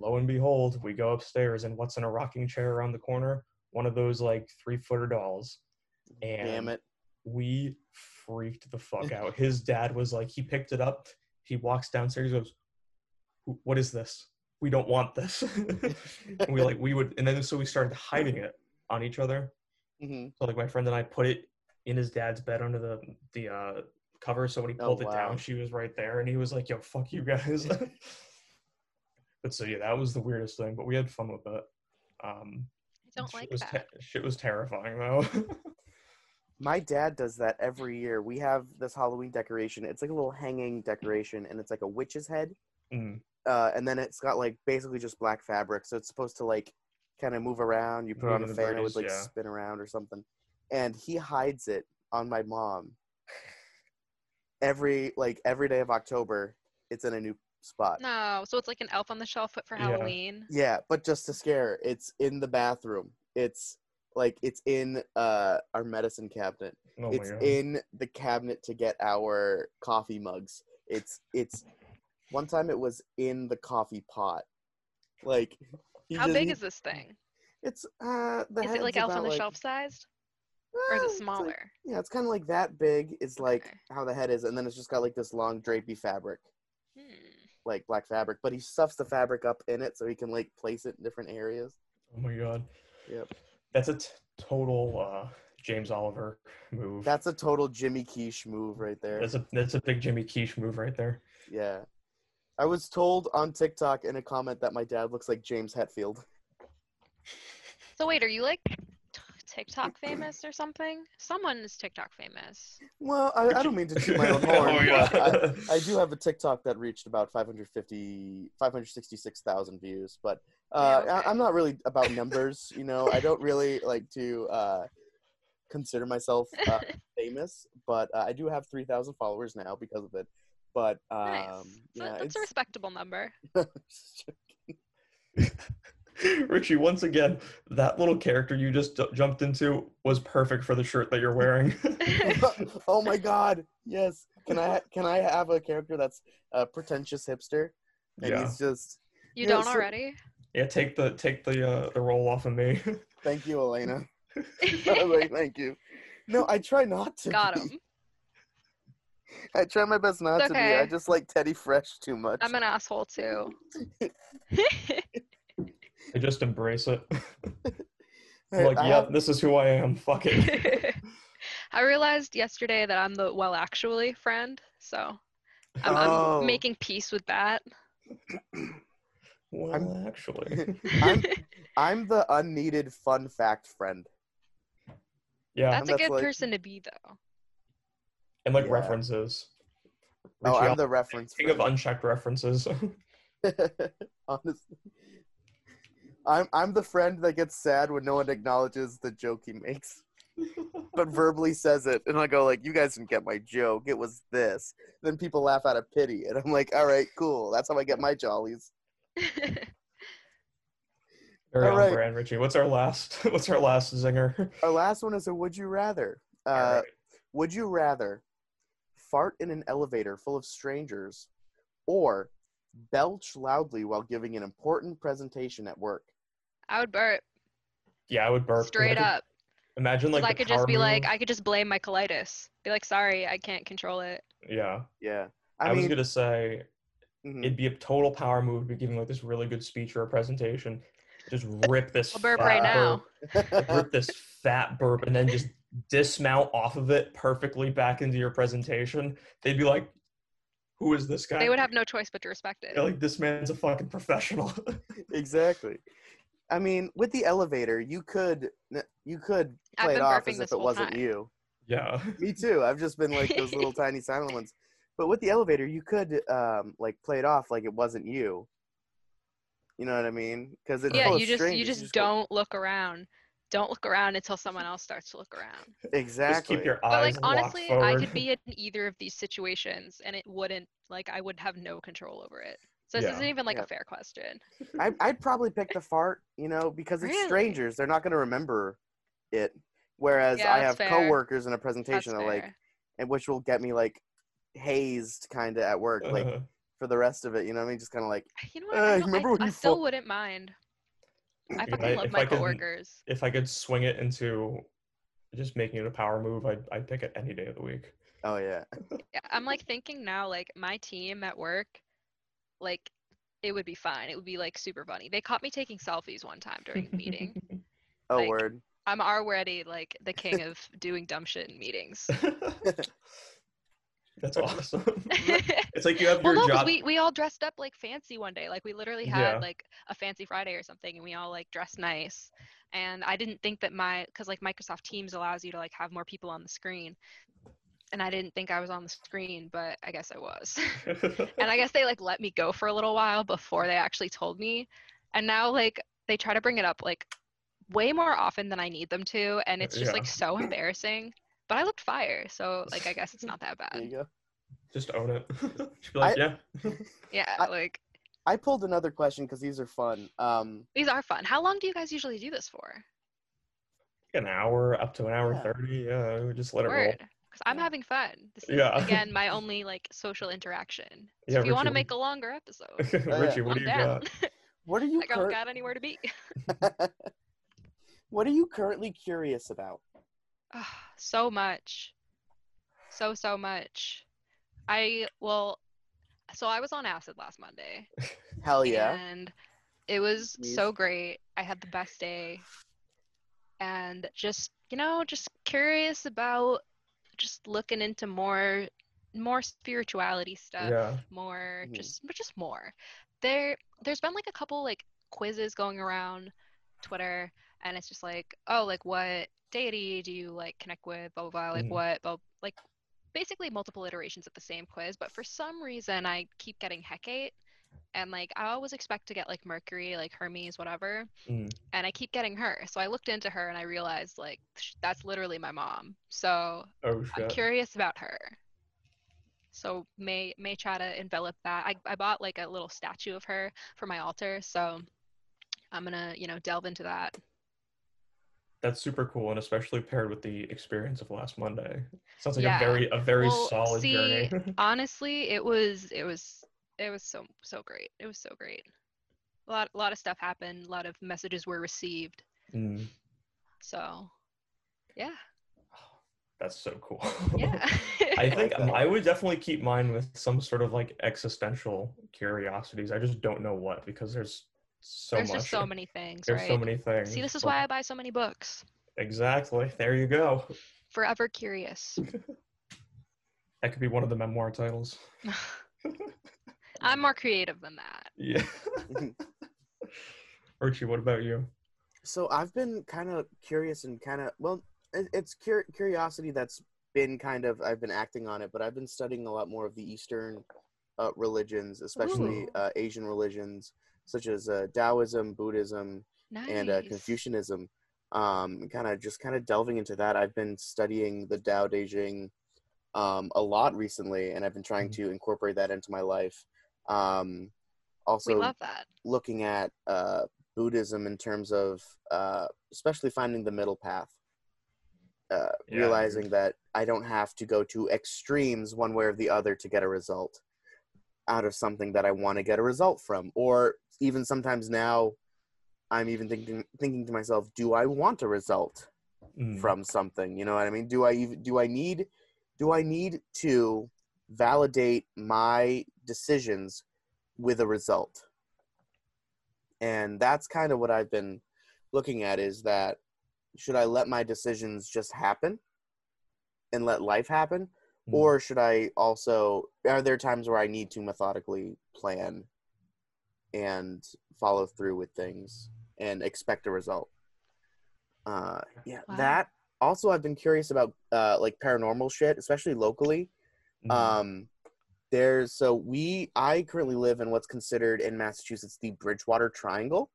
S1: lo and behold, we go upstairs, and what's in a rocking chair around the corner? One of those like three footer dolls, and
S2: Damn it.
S1: we freaked the fuck out. His dad was like, he picked it up, he walks downstairs, he goes, "Wh- "What is this? We don't want this." and we like we would, and then so we started hiding it on each other.
S2: Mhm.
S1: So like my friend and I put it in his dad's bed under the the uh, cover, so when he
S2: Oh,
S1: pulled it
S2: wow.
S1: down, she was right there, and he was like, "Yo, fuck you guys." but so yeah, that was the weirdest thing, but we had fun with it. Um,
S3: I don't
S1: shit
S3: like
S1: was
S3: that.
S1: te- shit was terrifying though.
S2: My dad does that every year. We have this Halloween decoration. It's like a little hanging decoration, and it's like a witch's head.
S1: Mm,
S2: Uh, and then it's got like basically just black fabric, so it's supposed to like kind of move around. You put
S1: Move
S2: on a
S1: in the
S2: fan, it would
S1: breeze,
S2: like
S1: yeah.
S2: spin around or something. And he hides it on my mom, every like every day of October, it's in a new spot.
S3: No, so it's like an elf on the shelf but for
S1: Yeah.
S3: Halloween.
S2: Yeah, but just to scare, it's in the bathroom. It's like it's in uh our medicine cabinet.
S1: Oh
S2: it's
S1: my god.
S2: in the cabinet to get our coffee mugs. It's it's one time it was in the coffee pot. Like he
S3: How
S2: just-
S3: big
S2: he-
S3: is this thing?
S2: it's uh the
S3: Is it
S2: head's
S3: like elf
S2: about,
S3: on the
S2: like-
S3: shelf sized? Or is
S2: Ah,
S3: it
S2: it's, like-
S3: smaller?
S2: yeah, it's kind of like that big. It's like
S3: Okay.
S2: how the head is, and then it's just got like this long drapey fabric,
S3: Hmm.
S2: like black fabric. But he stuffs the fabric up in it so he can like place it in different areas.
S1: oh my god.
S2: Yep.
S1: That's a t- total uh, James Oliver move.
S2: That's a total Jimmy Quiche move right there.
S1: That's a that's a big Jimmy Quiche move right there.
S2: Yeah. I was told on TikTok in a comment that my dad looks like James Hetfield.
S3: So wait, are you like t- TikTok famous or something? Someone is TikTok famous.
S2: Well, I, I don't mean to toot my own
S1: Oh
S2: horn,
S1: my
S2: but I,
S1: God.
S2: I do have a TikTok that reached about 550, 566,000 views, but uh,
S3: Yeah, okay.
S2: I, I'm not really about numbers, you know. I don't really like to uh, consider myself uh, famous, but uh, I do have 3,000 followers now because of it. But um,
S3: nice. So
S2: yeah,
S3: that's a
S2: it's,
S3: respectable number.
S1: Richie, once again, that little character you just d- jumped into was perfect for the shirt that you're wearing.
S2: oh my god, yes. Can I can I have a character that's a pretentious hipster? And
S1: yeah,
S2: he's just
S3: You
S2: Yeah,
S3: don't
S2: so-
S3: already?
S1: yeah. Take the take the uh, the roll off of me.
S2: thank you, Elena. I was like, thank you. No, I try not to.
S3: Got
S2: be.
S3: him.
S2: I try my best not
S3: It's
S2: to be. I
S3: okay.
S2: just like Teddy Fresh too much.
S3: I'm an asshole too.
S1: I just embrace it.
S2: I-
S1: like,
S2: I
S1: yeah,
S2: have-
S1: this is who I am. Fuck it.
S3: I realized yesterday that I'm the well actually friend, so I'm,
S2: Oh.
S3: I'm making peace with that.
S1: Well,
S2: I'm-
S1: actually,
S2: I'm- I'm the unneeded fun fact friend.
S1: yeah,
S3: That's a
S2: that's
S3: good
S2: like-
S3: person to be though.
S1: and like
S2: Yeah.
S1: references.
S2: Oh,
S1: Richie,
S2: I'm the reference.
S1: king of
S2: friend.
S1: unchecked references.
S2: Honestly, I'm I'm the friend that gets sad when no one acknowledges the joke he makes, but verbally says it, and I go like, "You guys didn't get my joke. It was this." Then people laugh out of pity, and I'm like, "All right, cool. That's how I get my jollies."
S1: Very
S2: All
S1: on
S2: right.
S1: um, brand, Richie. What's our last? What's our last zinger?
S2: Our last one is a "Would you rather." Uh,
S1: All right.
S2: Would you rather fart in an elevator full of strangers or belch loudly while giving an important presentation at work?
S3: I would burp
S1: Yeah, I would burp.
S3: straight
S1: Imagine-
S3: up.
S1: Imagine like
S3: I
S1: the
S3: could
S1: car
S3: just be like,
S1: move.
S3: I could just blame my colitis. Be like, sorry, I can't control it.
S1: yeah.
S2: Yeah.
S1: I,
S2: I,
S1: was
S2: mean,
S1: gonna say
S2: mhm.
S1: it'd be a total power move to be giving like this really good speech or a presentation, just rip this
S3: I'll burp
S1: fat
S3: right now.
S1: burp-
S2: mm-hmm.
S1: rip this fat burp, and then just dismount off of it perfectly back into your presentation. They'd be like, "Who is this guy?"
S3: They would have no choice but to respect
S1: They're
S3: it.
S1: like this man's a fucking professional.
S2: exactly. I mean, with the elevator, you could you could
S3: I've
S2: play it
S3: been
S2: off
S3: burping
S2: as if
S3: this
S2: it
S3: whole
S2: wasn't
S3: time.
S2: you.
S1: yeah.
S2: Me too. I've just been like those little tiny silent ones. But with the elevator, you could um, like play it off like it wasn't you. You know what I mean? Because it's
S3: Yeah,
S2: full of
S3: you just
S2: strangers.
S3: you just
S2: go-
S3: don't look around. Don't look around until someone else starts to look around.
S1: Just
S2: exactly.
S1: keep your
S3: But
S1: eyes
S3: like
S1: locked
S3: honestly,
S1: forward.
S3: I could be in either of these situations and it wouldn't like I would have no control over it. So this
S1: Yeah.
S3: isn't even like
S2: Yeah.
S3: a fair question.
S2: I, I'd probably pick the fart, you know, because it's
S3: Really?
S2: strangers. They're not going to remember it. Whereas
S3: Yeah,
S2: I have
S3: that's fair.
S2: coworkers in a
S3: That's
S2: presentation, that,
S3: fair.
S2: like, and which will get me like hazed kind of at work, like
S1: Uh,
S2: for the rest of it. You know what I mean? Just kind of like,
S3: you know what?
S2: Uh,
S3: I, don't-
S2: remember
S3: I-
S2: when
S3: I
S2: you
S3: still
S2: fought-
S3: wouldn't mind. I
S1: If
S3: fucking
S1: I-
S3: love
S1: if
S3: my
S1: I could-
S3: coworkers.
S1: if I could swing it into just making it a power move, I'd, I'd pick it any day of the week.
S2: oh yeah,
S3: Yeah, I'm like thinking now, like my team at work, like it would be fine. It would be like super funny. They caught me taking selfies one time during a meeting.
S2: oh
S3: Like-
S2: word.
S3: I'm already like the king of doing dumb shit in meetings.
S1: That's awesome.
S3: well,
S1: It's like you have your
S3: no, because
S1: job.
S3: we, we all dressed up like fancy one day. Like we literally had
S1: Yeah.
S3: like a fancy Friday or something, and we all like dressed nice. And I didn't think that my because like Microsoft Teams allows you to like have more people on the screen, and I didn't think I was on the screen, but I guess I was. and I guess they like let me go for a little while before they actually told me. And now like they try to bring it up like way more often than I need them to, and it's just
S1: Yeah.
S3: like so embarrassing. But I looked fire, so like I guess it's not that
S2: There
S3: bad.
S2: you go.
S1: Just own it. Just be like, yeah.
S3: Yeah,
S2: I-
S3: like
S2: I pulled another question because these are fun. Um,
S3: these are fun. How long do you guys usually do this for?
S1: an hour up to an hour
S2: Yeah.
S1: 30 yeah we just let it roll
S3: Word. Because I'm
S2: Yeah.
S3: having fun. This is
S1: Yeah.
S3: again my only like social interaction. So
S1: Yeah,
S3: if you want to
S1: Richie,
S3: make a longer episode,
S2: Oh, yeah.
S1: richie what
S3: I'm
S1: do you
S3: down.
S1: got
S2: what are you
S3: like oh, I don't
S2: cur-
S3: got anywhere to be.
S2: What are you currently curious about?
S3: Ah, so much. So so much. I well so I was on acid last Monday.
S2: Hell Oh, yeah!
S3: And it was
S2: Nice.
S3: so great. I had the best day. And just, you know, just curious about just looking into more more spirituality stuff,
S1: Yeah. Mm-hmm.
S3: more
S2: Mhm.
S3: just but just more. There there's been like a couple like quizzes going around Twitter and it's just like, oh, like what deity do you like connect with, blah blah blah, like
S1: Mhm.
S3: what, blah, like basically multiple iterations of the same quiz, but for some reason I keep getting Hecate and like I always expect to get like Mercury, like Hermes, whatever,
S1: Mm.
S3: and I keep getting her. So I looked into her and I realized like sh- that's literally my mom. So
S1: oh
S3: I'm
S1: shit
S3: curious about her. So may may try to envelop that. I I bought like a little statue of her for my altar, so I'm gonna you know delve into that.
S1: that's super cool and especially paired with the experience of last monday sounds like
S3: Yeah.
S1: a very a very
S3: Well,
S1: solid
S3: see,
S1: journey
S3: honestly it was it was it was so so great it was so great a lot a lot of stuff happened a lot of messages were received
S1: Mm.
S3: so yeah
S1: that's so cool
S3: yeah
S1: Oh, I think
S2: like that.
S1: I would definitely keep mine with some sort of like existential curiosities. I just don't know what because there's so
S3: there's
S1: much.
S3: just so many things
S1: there's
S3: right
S1: so many things.
S3: see this is
S1: but-
S3: why i buy so many books
S1: Exactly. There you go.
S3: forever curious
S1: That could be one of the memoir titles.
S3: i'm more creative than that
S1: Yeah. Richie, what about you?
S2: So I've been kind of curious and kind of well, it- it's cur- curiosity that's been kind of I've been acting on it, but I've been studying a lot more of the Eastern uh, religions, especially
S3: Ooh.
S2: uh, Asian religions such as uh, Taoism, Buddhism,
S3: nice
S2: and uh, Confucianism. Um, kind of just kind of delving into that. I've been studying the Tao Te Ching um, a lot recently, and I've been trying
S1: Mhm.
S3: Mm-hmm.
S2: to incorporate that into my life. Um, also,
S3: we love that
S2: looking at uh, Buddhism in terms of, uh, especially finding the middle path, uh,
S1: Yeah,
S2: realizing that I don't have to go to extremes one way or the other to get a result out of something that I want to get a result from, or even sometimes now, I'm even thinking thinking to myself, do I want a result?
S1: Mm,
S2: from something you know what i mean do i even do i need do i need to validate my decisions with a result and that's kind of what i've been looking at is that should i let my decisions just happen and let life happen
S1: mm.
S2: or should i also are there times where i need to methodically plan and follow through with things and expect a result uh yeah
S3: Wow.
S2: that also i've been curious about uh like paranormal shit especially locally
S1: Mm.
S2: um there's so we i currently live in what's considered in massachusetts the bridgewater triangle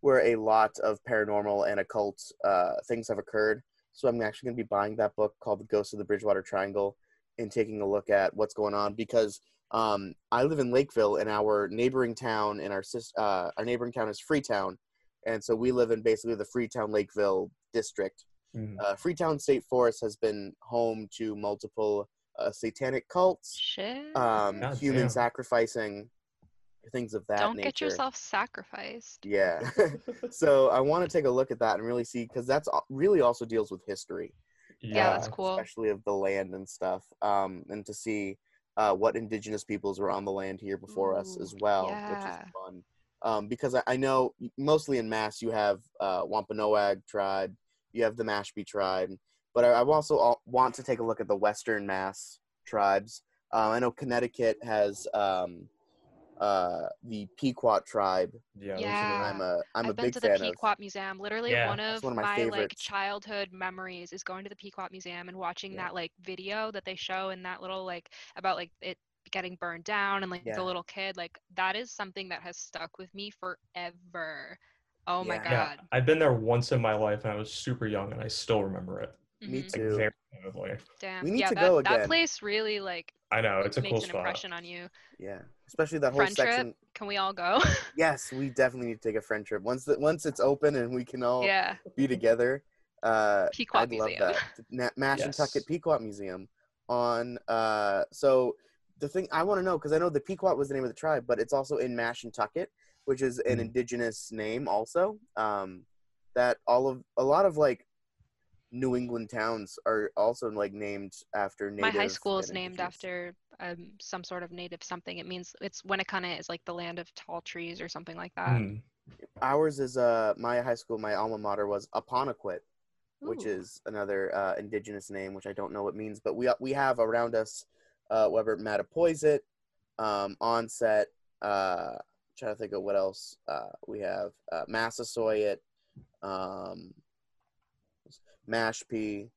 S2: where a lot of paranormal and occult uh, things have occurred so i'm actually going to be buying that book called the ghost of the bridgewater triangle and taking a look at what's going on because um, i live in lakeville and our neighboring town and our sis- uh, our neighboring town is freetown and so we live in basically the freetown lakeville district
S1: Mm.
S2: uh, freetown state forest has been home to multiple uh, satanic cults
S3: shit
S2: um,
S1: God
S2: human
S1: damn.
S2: sacrificing, things of that
S3: don't
S2: nature.
S3: get yourself sacrificed
S2: Yeah. so I want to take a look at that and really see because that's al- really also deals with history,
S1: yeah,
S3: yeah that's cool
S2: uh, especially of the land and stuff, um, and to see uh, what indigenous peoples were on the land here before us
S3: Ooh,
S2: as well, which
S3: yeah.
S2: is fun. Um, because I, I know mostly in Mass you have uh, Wampanoag tribe, you have the Mashpee tribe, but I, I also al- want to take a look at the Western Mass tribes. Uh, I know Connecticut has um, uh, the Pequot tribe.
S1: yeah, those
S3: Yeah.
S1: are
S2: I'm a I'm a
S3: have been
S2: big
S3: to
S2: fan
S3: the
S2: of.
S3: Pequot Museum. Literally,
S1: Yeah,
S3: one
S2: that's
S3: of,
S2: one of my
S3: my, like
S2: favorites.
S3: childhood memories is going to the Pequot Museum and watching
S2: Yeah.
S3: that like video that they show in that little like about like it getting burned down and like
S2: Yeah.
S3: the little kid. Like that is something that has stuck with me forever. Oh my
S2: Yeah.
S1: the- yeah,
S3: god.
S1: I've been there once in my life and I was super young and I still remember it.
S2: Me
S3: Mhm.
S1: like,
S2: too.
S1: very vividly.
S3: Damn.
S2: We need
S3: yeah,
S2: to
S3: that,
S2: go
S3: that
S2: again.
S3: place really like
S1: I know Oh, it's a
S3: makes
S1: cool
S3: an
S1: spot.
S3: impression on you.
S2: Yeah, especially that whole
S3: Friend trip?
S2: section.
S3: Can we all go?
S2: Yes, we definitely need to take a friend trip once the, once it's open and we can all
S3: yeah.
S2: be together. Uh,
S3: Pequot
S2: I'd
S3: Museum.
S2: love that. Na- Mash and Tuck
S1: Yes.
S2: at Pequot Museum on uh so the thing I want to know because I know the Pequot was the name of the tribe, but it's also in Mash and Tucket, which is an
S1: Mhm.
S2: indigenous name also. Um that all of a lot of like New England towns are also like named after native
S3: My high school is
S2: and
S3: named
S2: indigenous.
S3: after um, some sort of native something. It means it's Winnicana is like the land of tall trees or something like that.
S1: Hmm.
S2: ours is uh my high school my alma mater was Aponequit, which
S3: Ooh.
S2: is another uh, indigenous name, which I don't know what means, but we we have around us uh, Weber Mattapoisett, um, Onset. Uh, trying to think of what else uh, we have. Uh, Massasoit, um, Mashpee,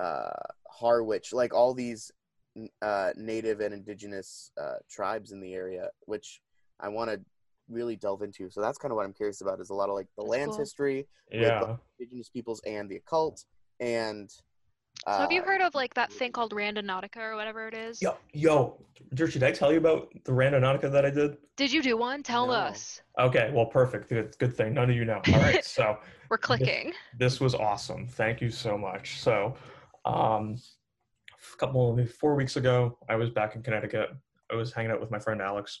S2: uh, Harwich, like all these n- uh, native and indigenous uh, tribes in the area, which I want to really delve into. So that's kind of what I'm curious about is a lot of like the
S3: That's
S2: land's
S3: cool.
S2: history,
S1: Yeah.
S2: indigenous peoples and the occult and uh,
S3: So have you heard of like that thing called Randonautica or whatever it is?
S1: Yo, yo, Drew, did I tell you about the Randonautica that I did?
S3: Did you do one? Tell
S2: No.
S3: us.
S1: Okay, well, perfect. Good, good thing none of you know. All right, so
S3: We're clicking.
S1: this was awesome. Thank you so much. So, um, a couple maybe four weeks ago, I was back in Connecticut. I was hanging out with my friend Alex,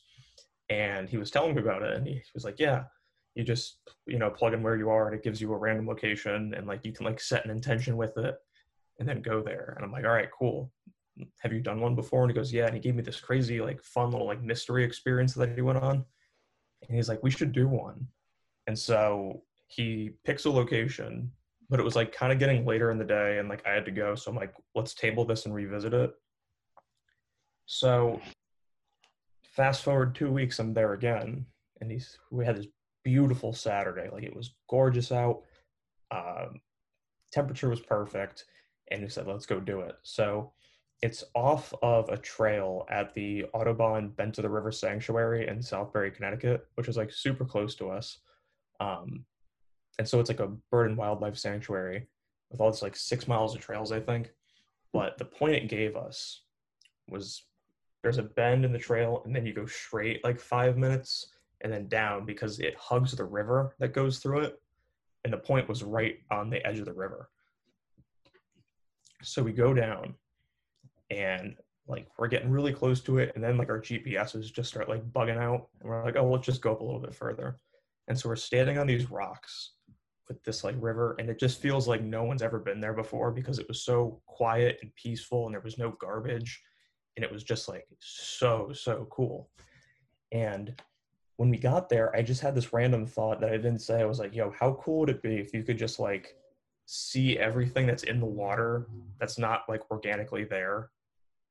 S1: and he was telling me about it. And he was like, "Yeah, you just you know plug in where you are, and it gives you a random location, and like you can like set an intention with it, and then go there." And I'm like, "All right, cool. Have you done one before?" And he goes, "Yeah." And he gave me this crazy like fun little like mystery experience that he went on, and he's like, "We should do one." And so he picks a location but it was like kind of getting later in the day and like I had to go. So I'm like, let's table this and revisit it. So fast forward two weeks, I'm there again. And he's, we had this beautiful Saturday. Like it was gorgeous out. Um, temperature was perfect. And he said, let's go do it. So it's off of a trail at the Audubon Bend to the River Sanctuary in Southbury, Connecticut, which is like super close to us. Um, and so it's like a bird and wildlife sanctuary with all this like six miles of trails i think but the point it gave us was there's a bend in the trail and then you go straight like five minutes and then down because it hugs the river that goes through it and the point was right on the edge of the river so we go down and like we're getting really close to it and then like our gps's just start like bugging out and we're like oh let's just go up a little bit further and so we're standing on these rocks with this like river and it just feels like no one's ever been there before because it was so quiet and peaceful and there was no garbage and it was just like so so cool and when we got there i just had this random thought that i didn't say i was like yo how cool would it be if you could just like see everything that's in the water that's not like organically there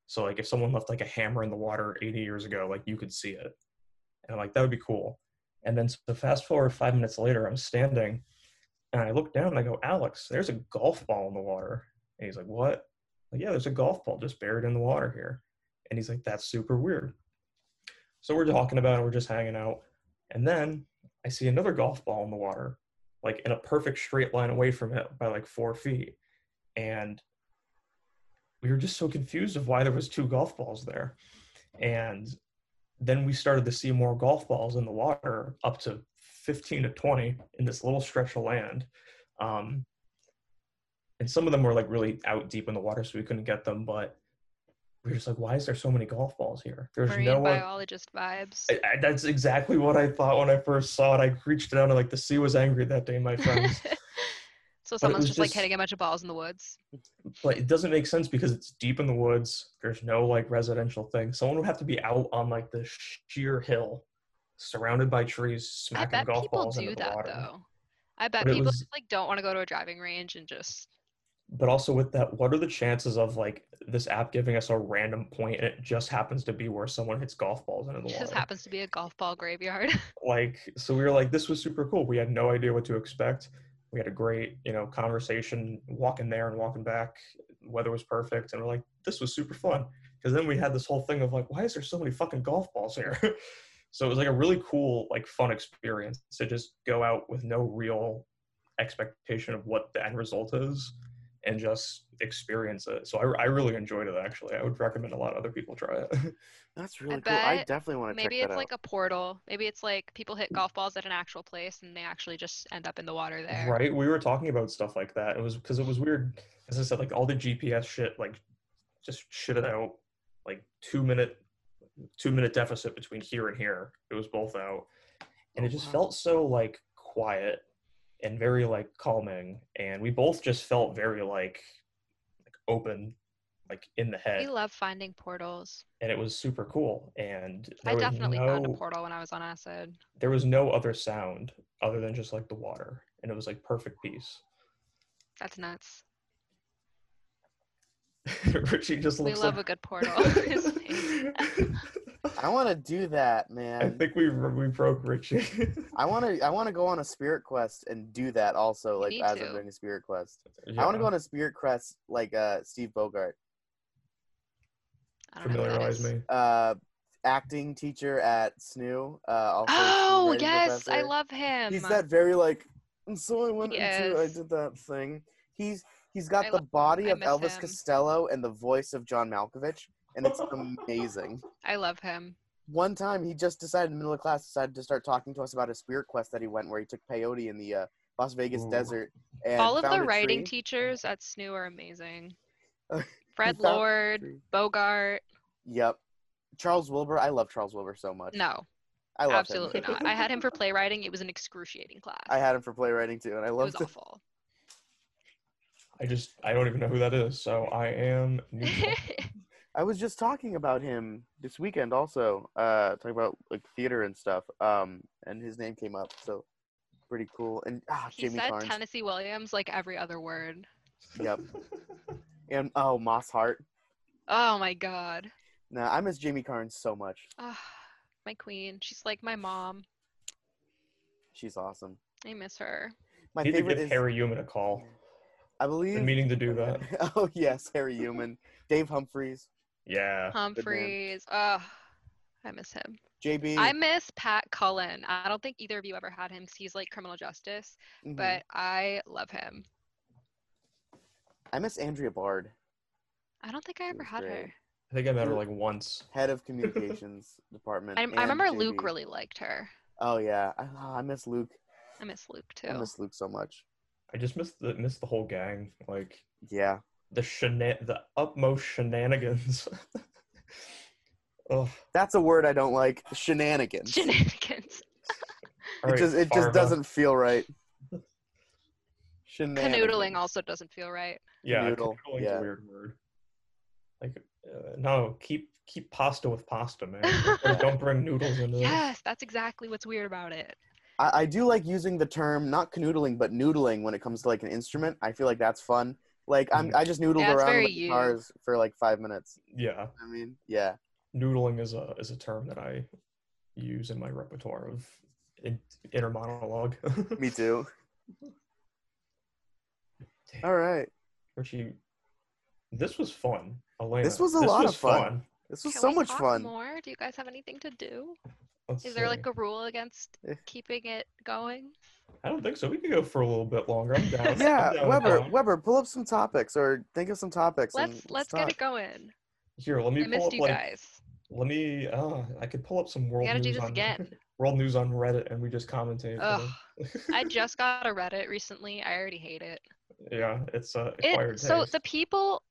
S1: so like if someone left like a hammer in the water 80 years ago like you could see it and i'm like that would be cool and then so fast forward five minutes later i'm standing and I look down and I go, Alex, there's a golf ball in the water. And he's like, What? Like, yeah, there's a golf ball just buried in the water here. And he's like, That's super weird. So we're talking about it, we're just hanging out. And then I see another golf ball in the water, like in a perfect straight line away from it by like four feet. And we were just so confused of why there was two golf balls there. And then we started to see more golf balls in the water up to 15 to 20 in this little stretch of land um, and some of them were like really out deep in the water so we couldn't get them but we were just like why is there so many golf balls here there's
S3: Marine
S1: no one
S3: biologist vibes.
S1: I, I, that's exactly what i thought when i first saw it i reached down and like the sea was angry that day my friends
S3: so someone's
S1: was
S3: just, like
S1: just-
S3: hitting a bunch of balls in the woods.
S1: but it doesn't make sense because it's deep in the woods. There's no like residential thing. Someone would have to be out on like the sheer hill, surrounded by trees,
S3: I
S1: smacking
S3: bet
S1: golf
S3: people
S1: balls
S3: do
S1: into the
S3: that
S1: water.
S3: though. I bet
S1: But it
S3: people
S1: was-
S3: like don't want to go to a driving range and just
S1: But also with that, what are the chances of like this app giving us a random point and it just happens to be where someone hits golf balls into the
S3: just
S1: water?
S3: happens to be a golf ball graveyard.
S1: Like, so we were like, this was super cool. We had no idea what to expect. We had a great, you know, conversation walking there and walking back. Weather was perfect, and we're like, this was super fun. Because then we had this whole thing of like, why is there so many fucking golf balls here? so it was like a really cool, like, fun experience to just go out with no real expectation of what the end result is, and just experience it. So I, I really enjoyed it actually. I would recommend a lot of other people try it.
S2: That's really cool. I
S3: bet
S2: definitely want to check
S3: Maybe
S2: that
S3: it's
S2: out.
S3: like a portal. Maybe it's like people hit golf balls at an actual place and they actually just end up in the water there.
S1: Right? We were talking about stuff like that. It was because it was weird. As I said, like all the GPS shit, like just shitted out like two minute, two minute deficit between here and here. It was both out, and
S2: Oh,
S1: it just
S2: wow.
S1: felt so like quiet and very like calming. And we both just felt very like, like open, like in the
S3: We
S1: head,
S3: love finding portals.
S1: and it was super cool. And there
S3: I
S1: was
S3: definitely found a
S1: no-
S3: portal when I was on acid.
S1: there was no other sound other than just like the water, and it was like perfect peace.
S3: That's nuts.
S1: Richie just
S3: We
S1: looks
S3: love a
S1: like.
S3: good portal. His face.
S2: I want to do that,
S1: I
S2: man.
S1: think we we broke Richie.
S2: I want to. I want to go on a spirit quest and do that also, like
S3: need
S2: as I'm
S3: to.
S2: doing a spirit quest. I want to go on a spirit quest like uh, Steve Bogart,
S3: I don't know what that
S1: Familiarize
S3: is.
S1: me.
S2: uh, acting teacher at SNU. Uh, also a
S3: Oh
S2: screenwriting
S3: yes, I
S2: professor.
S3: love him.
S2: He's that very like. "And So I went
S3: He
S2: into. I
S3: is.
S2: did that thing. He's he's got
S3: I
S2: the
S3: love him.
S2: body
S3: I
S2: of
S3: miss
S2: Elvis
S3: him.
S2: Costello and the voice of John Malkovich, and it's amazing.
S3: I love him.
S2: one time he just decided in the middle of class decided to start talking to us about a spirit quest that he went where he took peyote in the uh, Las Vegas
S1: Ooh.
S2: desert and
S3: All of
S2: found
S3: the
S2: a
S3: writing
S2: tree.
S3: teachers at SNU are amazing.
S2: He
S3: Fred
S2: found a
S3: Lord,
S2: tree.
S3: Bogart.
S2: Yep. Charles Wilbur. I love Charles Wilbur so much.
S3: No,
S2: I love
S3: absolutely
S2: him.
S3: not. I had him for playwriting. It was an excruciating class.
S2: I had him for playwriting too, and I
S3: it was
S2: loved him.
S3: awful.
S1: I just I don't even know who that is, so I am. neutral.
S2: I was just talking about him this weekend also, uh, talking about like theater and stuff. Um, and his name came up, so pretty cool. And ah,
S3: he
S2: Jamie
S3: said
S2: Carnes.
S3: Tennessee Williams like every other word.
S2: Yep. And oh, Moss Hart.
S3: Oh my god.
S2: Nah, I miss Jamie Carnes so much.
S3: Ah, my queen. She's like my mom.
S2: She's awesome.
S3: I miss her.
S2: My
S1: need to
S2: favorite
S1: give
S2: is
S1: Harry Human a call.
S2: I
S1: Been
S2: believe.
S1: meaning to do that.
S2: oh yes, Harry Human, Dave Humphreys,
S1: Yeah.
S3: Humphreys. Oh, I miss him.
S2: JB.
S3: I miss Pat Cullen. I don't think either of you ever had him because he's like criminal justice,
S2: mhm.
S3: but I love him.
S2: I miss Andrea Bard,
S3: I don't think I ever
S2: was
S3: had
S2: great.
S3: her.
S1: I think I met her like once.
S2: head of communications department.
S3: I, I
S2: and
S3: remember Luke
S2: JB.
S3: really liked her.
S2: Oh yeah, I, oh, I miss Luke.
S3: I miss Luke
S2: I
S3: too.
S2: miss Luke so much.
S1: I just missed the missed the whole gang. Like
S2: Yeah,
S1: the shenan the utmost shenanigans. Oh,
S2: that's a word I don't like. Shenanigans.
S3: Shenanigans.
S2: it just it just doesn't feel right. Shenanigans.
S3: Canoodling also doesn't feel right.
S1: Yeah,
S2: Noodle,
S1: canoodling's
S2: yeah.
S1: a weird word. Like, uh, no, keep keep pasta with pasta, man. Don't bring- Don't bring noodles into this.
S3: Yes, that's exactly what's weird about it.
S2: I, I do like using the term not canoodling but noodling when it comes to like an instrument. I feel like that's fun. Like I'm, I just noodled
S3: Yeah, it's
S2: around
S3: very
S2: with
S3: you.
S2: guitars for like five minutes.
S1: Yeah,
S2: I mean, yeah.
S1: noodling is a is a term that I use in my repertoire of in, inner monologue.
S2: Me too. All right.
S1: Richie, this was fun. Elena,
S2: This was a lot of fun. This was
S3: Can
S2: so
S3: we
S2: much
S3: talk
S2: fun.
S3: More? Do you guys have anything to do?
S1: Let's
S3: Is there like
S1: see.
S3: a rule against
S2: Eh.
S3: keeping it going?
S1: I don't think so. We could go for a little bit longer. I'm down. I'm down Um,
S2: Yeah,
S1: with
S2: Weber,
S1: that.
S2: Weber, pull up some topics or think of some topics. and
S3: Let's let's get
S2: talk.
S3: it going.
S1: Here, let me
S3: I
S1: pull
S3: missed
S1: up
S3: you
S1: like
S3: guys.
S1: let me. Uh, I could pull up some world
S3: We gotta
S1: news
S3: do this
S1: on
S3: again.
S1: world news on Reddit, and we just commentate. for
S3: Ugh.
S1: them.
S3: I just got a Reddit recently. I already hate it.
S1: Yeah, it's uh, acquired
S3: It so
S1: taste.
S3: the people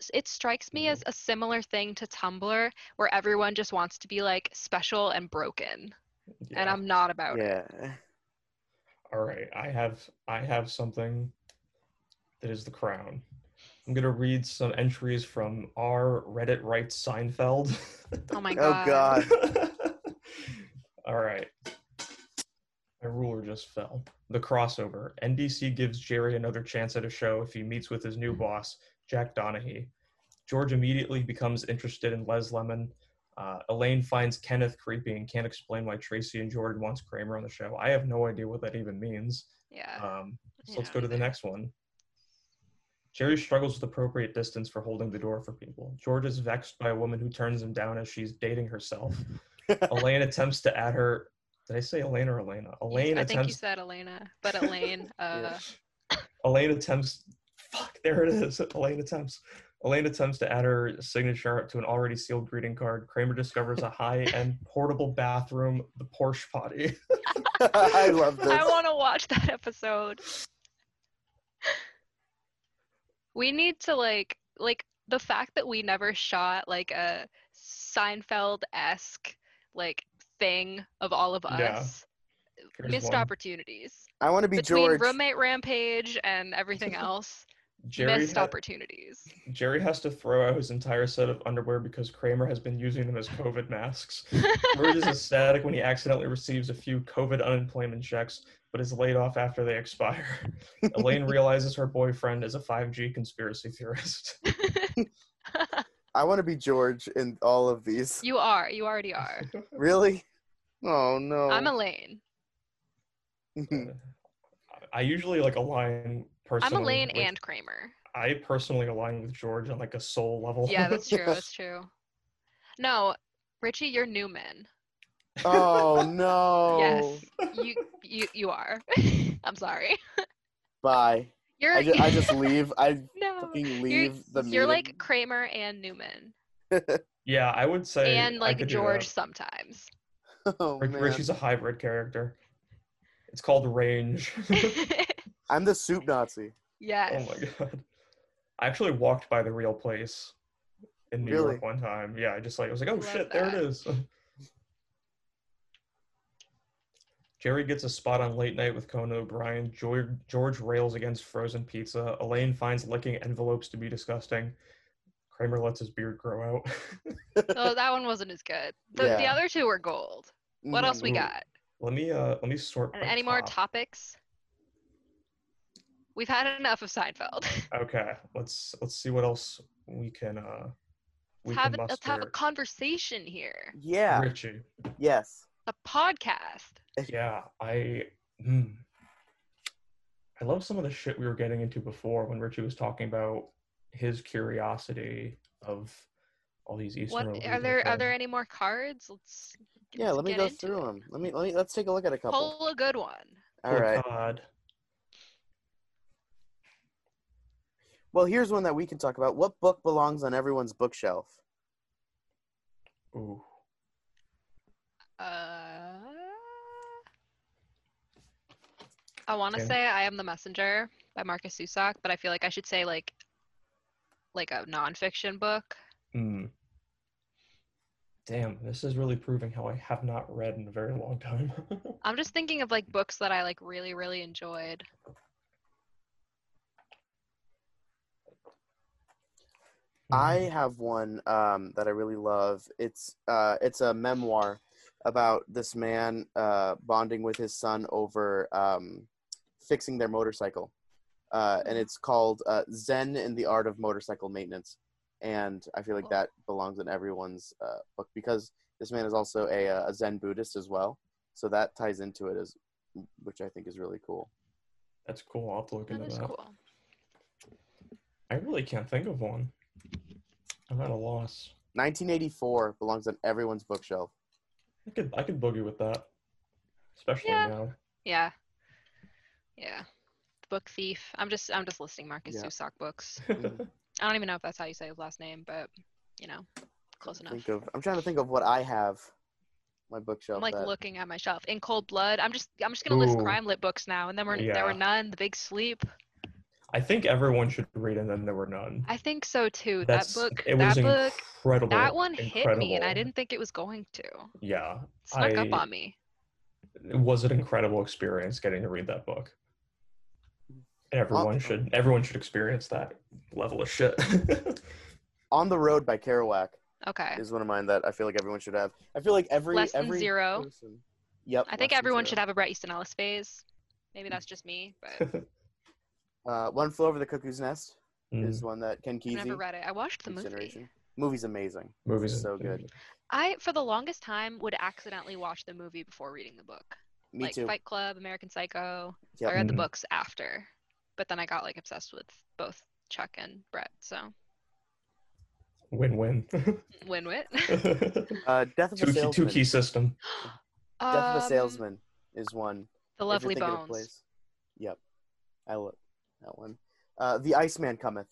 S3: s- it strikes me
S1: Mm-hmm.
S3: as a similar thing to Tumblr where everyone just wants to be like special and broken. And
S1: Yeah.
S3: I'm not about it.
S2: Yeah.
S1: all right. I have I have something that is the crown. I'm gonna read some entries from our Reddit writes Seinfeld.
S3: Oh my god.
S2: Oh God.
S1: all right. My ruler just fell. The crossover. NBC gives Jerry another chance at a show if he meets with his new boss, Jack Donaghy. George immediately becomes interested in Les Lemon. Uh, Elaine finds Kenneth creepy and can't explain why Tracy and Jordan wants Kramer on the show. I have no idea what that even means.
S3: Yeah.
S1: Um, so
S3: I
S1: let's
S3: don't
S1: go to the
S3: either.
S1: next one. Jerry struggles with appropriate distance for holding the door for people. George is vexed by a woman who turns him down as she's dating herself. Elaine attempts to add her. Did I say Elaine or Elena?
S3: You-
S1: Elaine
S3: I think you
S1: attempts.
S3: said Elena, but Elaine uh
S1: Elaine attempts Fuck, there it is. Elaine attempts. Elaine attempts to add her signature to an already sealed greeting card. Kramer discovers a high-end portable bathroom, the Porsche potty.
S2: I love this.
S3: I want to watch that episode. We need to like like the fact that we never shot like a Seinfeld esque like thing of all of
S1: Yeah.
S3: us.
S1: Here's
S3: Missed
S1: one.
S3: opportunities.
S2: I want to be
S3: Between
S2: George.
S3: roommate rampage and everything else,
S1: Jerry,
S3: missed
S1: ha-
S3: opportunities.
S1: Jerry has to throw out his entire set of underwear because Kramer has been using them as COVID masks. Burgess is static when he accidentally receives a few COVID unemployment checks, but is laid off after they expire. Elaine realizes her boyfriend is a 5G conspiracy theorist.
S2: I want to be George in all of these.
S3: you are. You already are.
S2: Really? Oh no.
S3: I'm Elaine.
S1: I usually like align personally.
S3: I'm Elaine
S1: with-
S3: and Kramer.
S1: I personally align with George on like a soul level.
S3: Yeah, that's true. That's true. No, Richie, you're Newman.
S2: oh no.
S3: Yes,
S2: Oh.
S3: you you you are. I'm sorry.
S2: Bye.
S3: You're
S2: I, ju- I just leave. I
S3: no.
S2: fucking
S3: You're,
S2: leave the meeting.
S3: you're like Kramer and Newman,
S1: yeah, I would say I
S3: and like
S1: could do that.
S3: George sometimes.
S2: oh,
S1: Rich-
S2: man.
S1: Richie's a hybrid character. It's called range.
S2: I'm the soup Nazi.
S1: Oh
S3: yes.
S1: my god. I actually walked by the real place in New
S2: Really?
S1: York one time. Yeah, I just like I was like, oh
S3: Love
S1: shit, there it
S3: that.
S1: is. Jerry gets a spot on Late Night with Conan O'Brien. George, George rails against frozen pizza. Elaine finds licking envelopes to be disgusting. Kramer lets his beard grow out.
S3: Oh, that one wasn't as good. The, the
S2: Yeah.
S3: other two were gold.
S2: Mm.
S3: What else we
S1: Mhm.
S3: got?
S1: let me uh let me sort.
S3: And
S1: by
S3: any more
S1: top.
S3: topics? We've had enough of Seinfeld.
S1: Okay, let's let's see what else we can uh we
S3: Let's have,
S1: can
S3: a-
S1: muster.
S3: let's have a conversation here.
S2: Yeah.
S1: Richie.
S2: Yes.
S3: A podcast.
S1: Yeah, I hmm. I love some of the shit we were getting into before when Richie was talking about his curiosity of all these
S3: What
S1: Eastern.
S3: are
S1: religions
S3: there? Are
S1: and-
S3: there any more cards? Let's.
S2: Yeah.
S3: let's
S2: Let me
S3: get
S2: go
S3: into
S2: through
S3: it.
S2: them. Let me. Let me. Let's take a look at a couple.
S3: Pull a good one.
S2: All right.
S1: Oh, God.
S2: Well, here's one that we can talk about. What book belongs on everyone's bookshelf?
S1: Ooh.
S3: Uh, I want to
S1: Okay.
S3: say I am the messenger by Marcus Zusak, but I feel like I should say like, like a nonfiction book.
S1: Hmm. Damn, this is really proving how I have not read in a very long time.
S3: I'm just thinking of like books that I like really really enjoyed.
S1: Mm-hmm.
S2: I
S1: Hmm,
S2: have one um, that I really love. It's uh, it's a memoir about this man uh, bonding with his son over um, fixing their motorcycle, uh, and it's called uh, Zen and the Art of Motorcycle Maintenance. And I feel like
S3: Cool.
S2: that belongs in everyone's uh, book because this man is also a, uh, a Zen Buddhist as well, so that ties into it as, which I think is really cool.
S1: That's cool. I'll have to look
S3: That
S1: into
S3: is
S1: that.
S3: cool.
S1: I really can't think of one. I'm at a loss.
S2: 1984 belongs on everyone's bookshelf.
S1: I could I could boogie with that, especially
S3: Yeah.
S1: now.
S3: Yeah, yeah. The Book Thief. I'm just I'm just listing Marcus
S2: Yeah.
S3: Zusak books.
S2: Mhm.
S3: I don't even know if that's how you say his last name, but you know, close enough.
S2: think of. I'm trying to think of what I have. My bookshelf.
S3: I'm like
S2: that-
S3: looking at my shelf. In Cold Blood. I'm just I'm just gonna list
S1: Ooh.
S3: crime lit books now, and then we're there were
S1: Yeah.
S3: none. The Big Sleep.
S1: I think everyone should read and then there were none.
S3: I think so too.
S1: That's
S3: that book.
S1: it was
S3: that book.
S1: incredible.
S3: That one hit me, and I
S1: incredible.
S3: didn't think it was going to.
S1: Yeah.
S3: Snuck up
S1: I-
S3: on me.
S1: Was an incredible experience getting to read that book. And everyone
S2: Awesome.
S1: should everyone should experience that level of shit.
S2: On the Road by Kerouac
S3: Okay.
S2: is one of mine that I feel like everyone should have. I feel like every
S3: Less than
S2: every
S3: zero.
S2: person- Yep.
S3: I think everyone should have a Brett Easton Ellis phase.
S2: Mm.
S3: Maybe that's just me, but
S2: Uh, one flew over the cuckoo's nest
S1: Mm,
S2: is one that Ken
S3: I
S2: Kesey.
S3: never read it. I watched the
S2: Next
S3: movie.
S2: Generation. Movie's amazing.
S1: movies
S2: so good.
S3: I, for the longest time, would accidentally watch the movie before reading the book.
S2: Me
S3: like
S2: too.
S3: Fight Club, American Psycho.
S2: Yep.
S3: I read the
S1: Mhm.
S3: books after, but then I got like obsessed with both Chuck and Brett. So
S1: Win win.
S3: win win.
S2: Uh, Death of
S1: two, key,
S2: a
S1: two
S2: Salesman.
S1: key system.
S2: Death of a
S3: Um,
S2: Salesman is one.
S3: The
S2: if you're
S3: Lovely
S2: thinking of
S3: Bones.
S2: plays. Yep. I love that one. Uh, the Iceman Cometh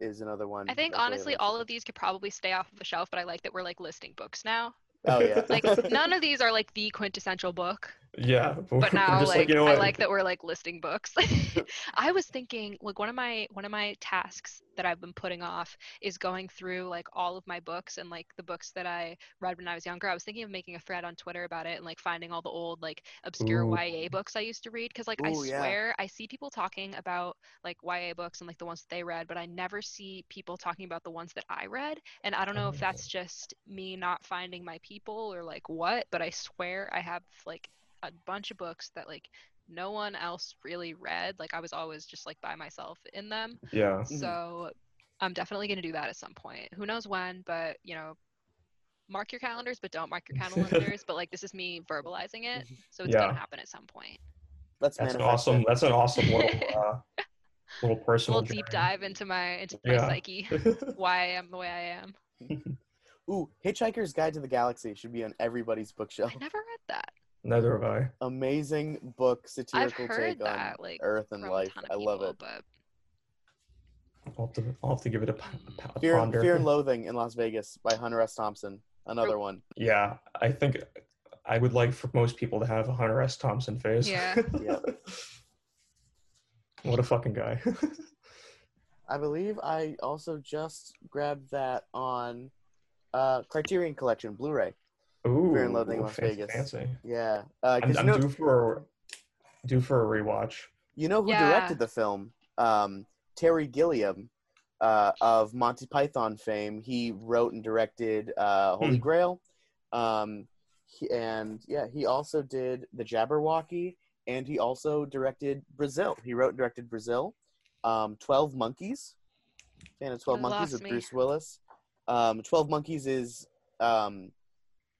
S2: is another one.
S3: I think
S2: Mm, that's really
S3: honestly,
S2: like-
S3: all of these could probably stay off of the shelf, but I like that we're like listing books now.
S2: Oh yeah.
S3: Like none of these are like the quintessential book,
S1: Yeah,
S3: but now like, I
S1: what?
S3: like that we're like listing books. I was thinking like one of my one of my tasks that I've been putting off is going through like all of my books and like the books that I read when I was younger. I was thinking of making a thread on Twitter about it and like finding all the old like obscure
S1: Ooh.
S3: YA books I used to read because like I
S2: Ooh, yeah.
S3: swear I see people talking about like YA books and like the ones that they read, but I never see people talking about the ones that I read. And I don't know
S1: Oh.
S3: if that's just me not finding my people or like what, but I swear I have like a bunch of books that like no one else really read. Like I was always just like by myself in them.
S1: Yeah.
S2: Mhm.
S3: So I'm definitely going to do that at some point. Who knows when, but you know, mark your calendars, but don't mark your calendars. but like this is me verbalizing it. So it's going
S1: Yeah.
S3: to happen at some point.
S2: Let's
S1: That's an
S2: manifest it.
S1: awesome. That's an awesome little uh, little personal
S3: little deep
S1: journey.
S3: dive into my into
S1: Yeah.
S3: my psyche, why I am the way I am.
S2: Ooh, Hitchhiker's Guide to the Galaxy should be on everybody's bookshelf.
S3: I never read that.
S1: Neither have I.
S2: Amazing book,
S3: I've
S2: satirical
S3: heard
S2: take
S3: that
S2: on
S3: like
S2: Earth and
S3: from
S2: life.
S3: a ton of
S2: I
S3: people,
S2: love it.
S3: But
S1: I'll have to. I'll have to give it a, p- a p- a
S2: Fear,
S1: ponder.
S2: Fear and Loathing in Las Vegas by Hunter S. Thompson. Another one.
S1: yeah, I think I would like for most people to have a Hunter S. Thompson face.
S3: Yeah.
S2: Yeah.
S1: what a fucking guy.
S2: I believe I also just grabbed that on uh, Criterion Collection Blu-ray.
S1: Ooh.
S2: and Loathing in Las
S1: fancy,
S2: Vegas.
S1: Fancy.
S2: Yeah, uh, 'cause
S1: I'm,
S2: you,
S1: I'm due
S2: know,
S1: for due for a rewatch.
S2: you know who
S3: Yeah.
S2: directed the film? Um, Terry Gilliam uh, of Monty Python fame. He wrote and directed uh, Holy
S1: Hmm.
S2: Grail, um, he- and yeah, he also did The Jabberwocky, and he also directed Brazil. He wrote and directed Brazil, um, Twelve Monkeys, and of Twelve
S3: You
S2: Monkeys
S3: lost
S2: with
S3: me.
S2: Bruce Willis. Um, Twelve Monkeys is um,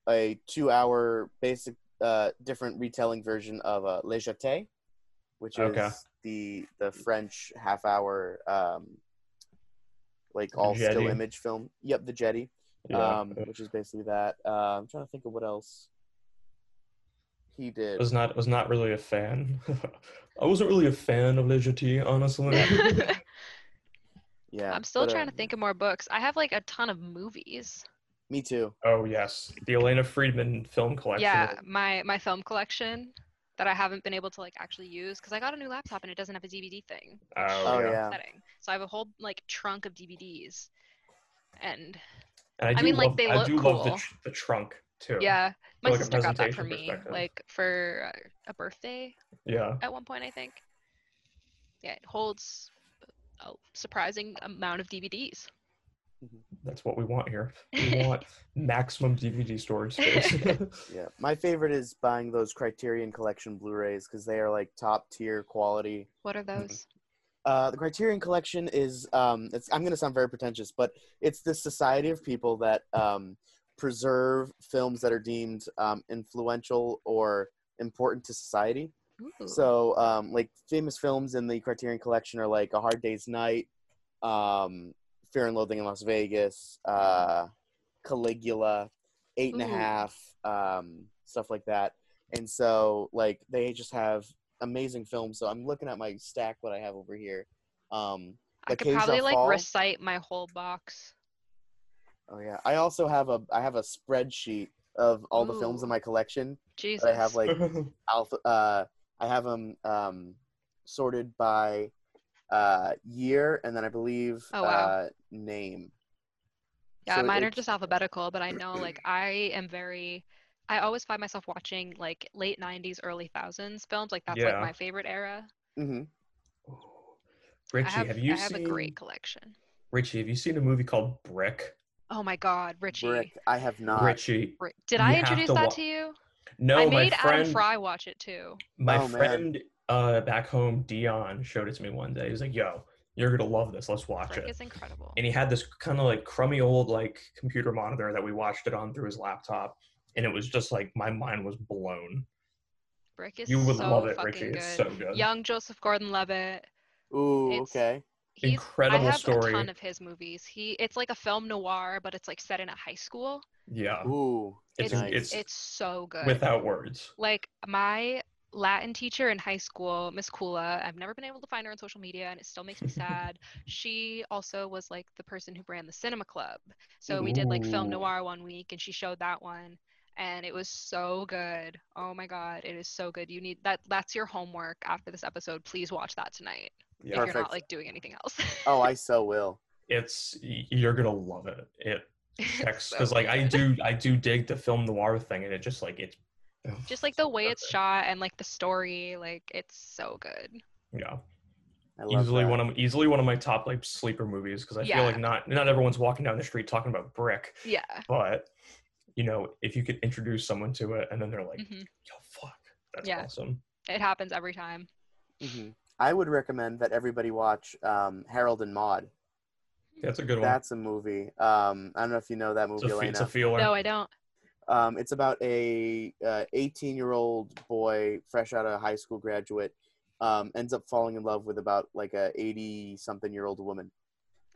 S2: a two-hour basic uh, different retelling version of uh, Le Jeté, which
S1: Okay.
S2: is the the French half hour um, like all still
S1: Jetty.
S2: image film. Yep, the Jetty,
S1: Yeah.
S2: um, which is basically that. Uh, I'm trying to think of what else he did.
S1: was not was not really a fan. I wasn't really a fan of Legetti, honestly.
S2: yeah,
S3: I'm still
S2: but, uh,
S3: trying to think of more books. I have like a ton of movies.
S2: Me too.
S1: oh yes, the Elena Friedman film collection.
S3: Yeah, my my film collection that I haven't been able to like actually use because I got a new laptop and it doesn't have a DVD thing.
S1: Oh,
S2: Oh
S1: yeah.
S2: yeah,
S3: Setting. So I have a whole like trunk of DVDs, and
S1: And I, do
S3: I mean,
S1: love,
S3: like, they
S1: I
S3: look
S1: do love the,
S3: cool.
S1: tr- the trunk too.
S3: yeah, my
S1: like a
S3: sister got that for
S1: presentation
S3: me
S1: perspective.
S3: like for uh, a birthday
S1: Yeah.
S3: at one point I think. Yeah, it holds a surprising amount of DVDs.
S1: That's what we want here. We want maximum DVD storage space.
S2: yeah. My favorite is buying those Criterion Collection Blu-rays because they are like top tier quality.
S3: What are those?
S2: Uh, the Criterion Collection is um, it's, I'm going to sound very pretentious, but it's this society of people that um, preserve films that are deemed um, influential or important to society.
S3: Ooh.
S2: So, um, like famous films in the Criterion Collection are like A Hard Day's Night, um, Fear and Loathing in Las Vegas, uh, Caligula, Eight and a
S3: Ooh.
S2: Half, um, stuff like that. And so, like, they just have amazing films. So I'm looking at my stack, what I have over here. Um,
S3: I
S2: the
S3: could
S2: Caves
S3: probably
S2: That
S3: like
S2: Fall.
S3: recite my whole box.
S2: oh yeah, I also have a I have a spreadsheet of all the films in
S3: Ooh.
S2: my collection.
S3: Jesus.
S2: That I have like alpha. Uh, I have them um, sorted by uh, year, and then I believe
S3: Oh, wow.
S2: uh, name.
S3: Yeah,
S2: So it-
S3: mine are
S2: it's-
S3: just alphabetical, but I know like I am very I always find myself watching like late 90s, early 1000s films. Like that's
S1: Yeah.
S3: like my favorite era.
S2: Mhm.
S1: Richie,
S3: I have,
S1: have, you
S3: I have
S1: seen
S3: a great collection.
S1: Richie? Have you seen a movie called Brick?
S3: Oh my god, Richie.
S2: Brick. I have not.
S1: Richie.
S3: Ri- Did
S1: You
S3: I
S1: have
S3: introduce
S1: to
S3: that
S1: wa-
S3: to you?
S1: No,
S3: Uh, I made
S1: my friend.
S3: Adam Fry watch it too.
S1: my
S2: Oh, man.
S1: friend uh, back home, Dion, showed it to me one day. He's like, "Yo, you're gonna love this. Let's watch
S3: Brick
S1: it."
S3: is incredible.
S1: And he had this kind of like crummy old like computer monitor that we watched it on through his laptop, and it was just like my mind was blown.
S3: Brick is
S1: You would
S3: so
S1: love it,
S3: fucking
S1: Richie.
S3: good.
S1: It's so good.
S3: Young Joseph Gordon-Levitt.
S2: Ooh,
S3: It's-
S2: okay.
S3: He's I
S1: Incredible
S3: have
S1: story.
S3: a ton of his movies. He it's like a film noir, but it's like set in a high school.
S1: yeah,
S2: Ooh,
S1: it's
S3: It's
S2: nice.
S1: it's,
S3: It's so good.
S1: without words.
S3: like my Latin teacher in high school, Miss Kula. I've never been able to find her on social media, and it still makes me sad. she also was like the person who ran the cinema club. So we did like film
S1: Ooh.
S3: noir one week, and she showed that one, and it was so good. Oh my god, it is so good. You need that. That's your homework after this episode. Please watch that tonight
S1: Yeah.
S3: if you're
S2: Perfect.
S3: not like doing anything else.
S2: Oh, I so will.
S1: It's y- you're gonna love it. It
S3: It's
S1: checks
S3: so
S1: because like I
S3: good.
S1: do I do dig the film noir thing and it just like it's
S3: Just like the way it's
S1: perfect.
S3: shot and like the story, like it's so good.
S1: yeah
S2: I love
S1: easily
S2: that.
S1: one of easily one of my top like sleeper movies because I
S3: Yeah.
S1: feel like not not everyone's walking down the street talking about Brick
S3: Yeah.
S1: but you know if you could introduce someone to it and then they're like
S3: hmm
S1: yo fuck that's
S3: Yeah.
S1: awesome
S3: It happens every time.
S2: Mhm. I would recommend that everybody watch um, Harold and Maude.
S1: that's a good one
S2: That's a movie. Um, I don't know if you know that
S1: it's
S2: movie,
S1: a, fe-
S2: Elena.
S1: it's a feeler
S3: No, I don't.
S2: Um, it's about a uh, 18-year-old boy, fresh out of high school graduate, um, ends up falling in love with about like a 80-something-year-old woman,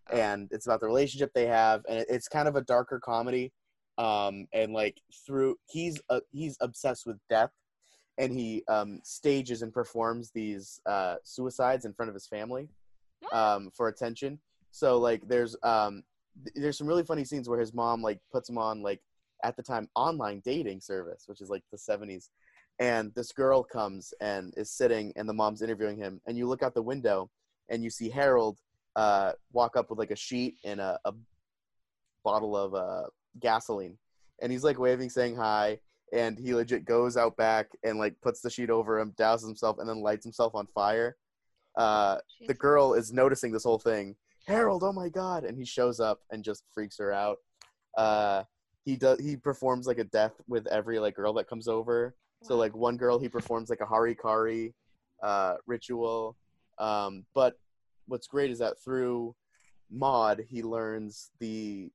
S3: Oh.
S2: and it's about the relationship they have, and it, it's kind of a darker comedy, um, and like through he's uh, he's obsessed with death, and he um, stages and performs these uh, suicides in front of his family um, for attention. So like there's um, th- there's some really funny scenes where his mom like puts him on like at the time online dating service, which is like the 70s. And this girl comes and is sitting, and the mom's interviewing him. And you look out the window, and you see Harold uh, walk up with like a sheet and a, a bottle of uh, gasoline, and he's like waving, saying hi. And he legit goes out back and like puts the sheet over him, douses himself, and then lights himself on fire. Uh, the
S3: Jeez.
S2: girl is noticing this whole thing. Harold, oh my god! And he shows up and just freaks her out. Uh, he does. He performs like a death with every like girl that comes over. So
S3: Wow.
S2: like one girl, he performs like a harikari uh, ritual. Um, but what's great is that through Maud, he learns the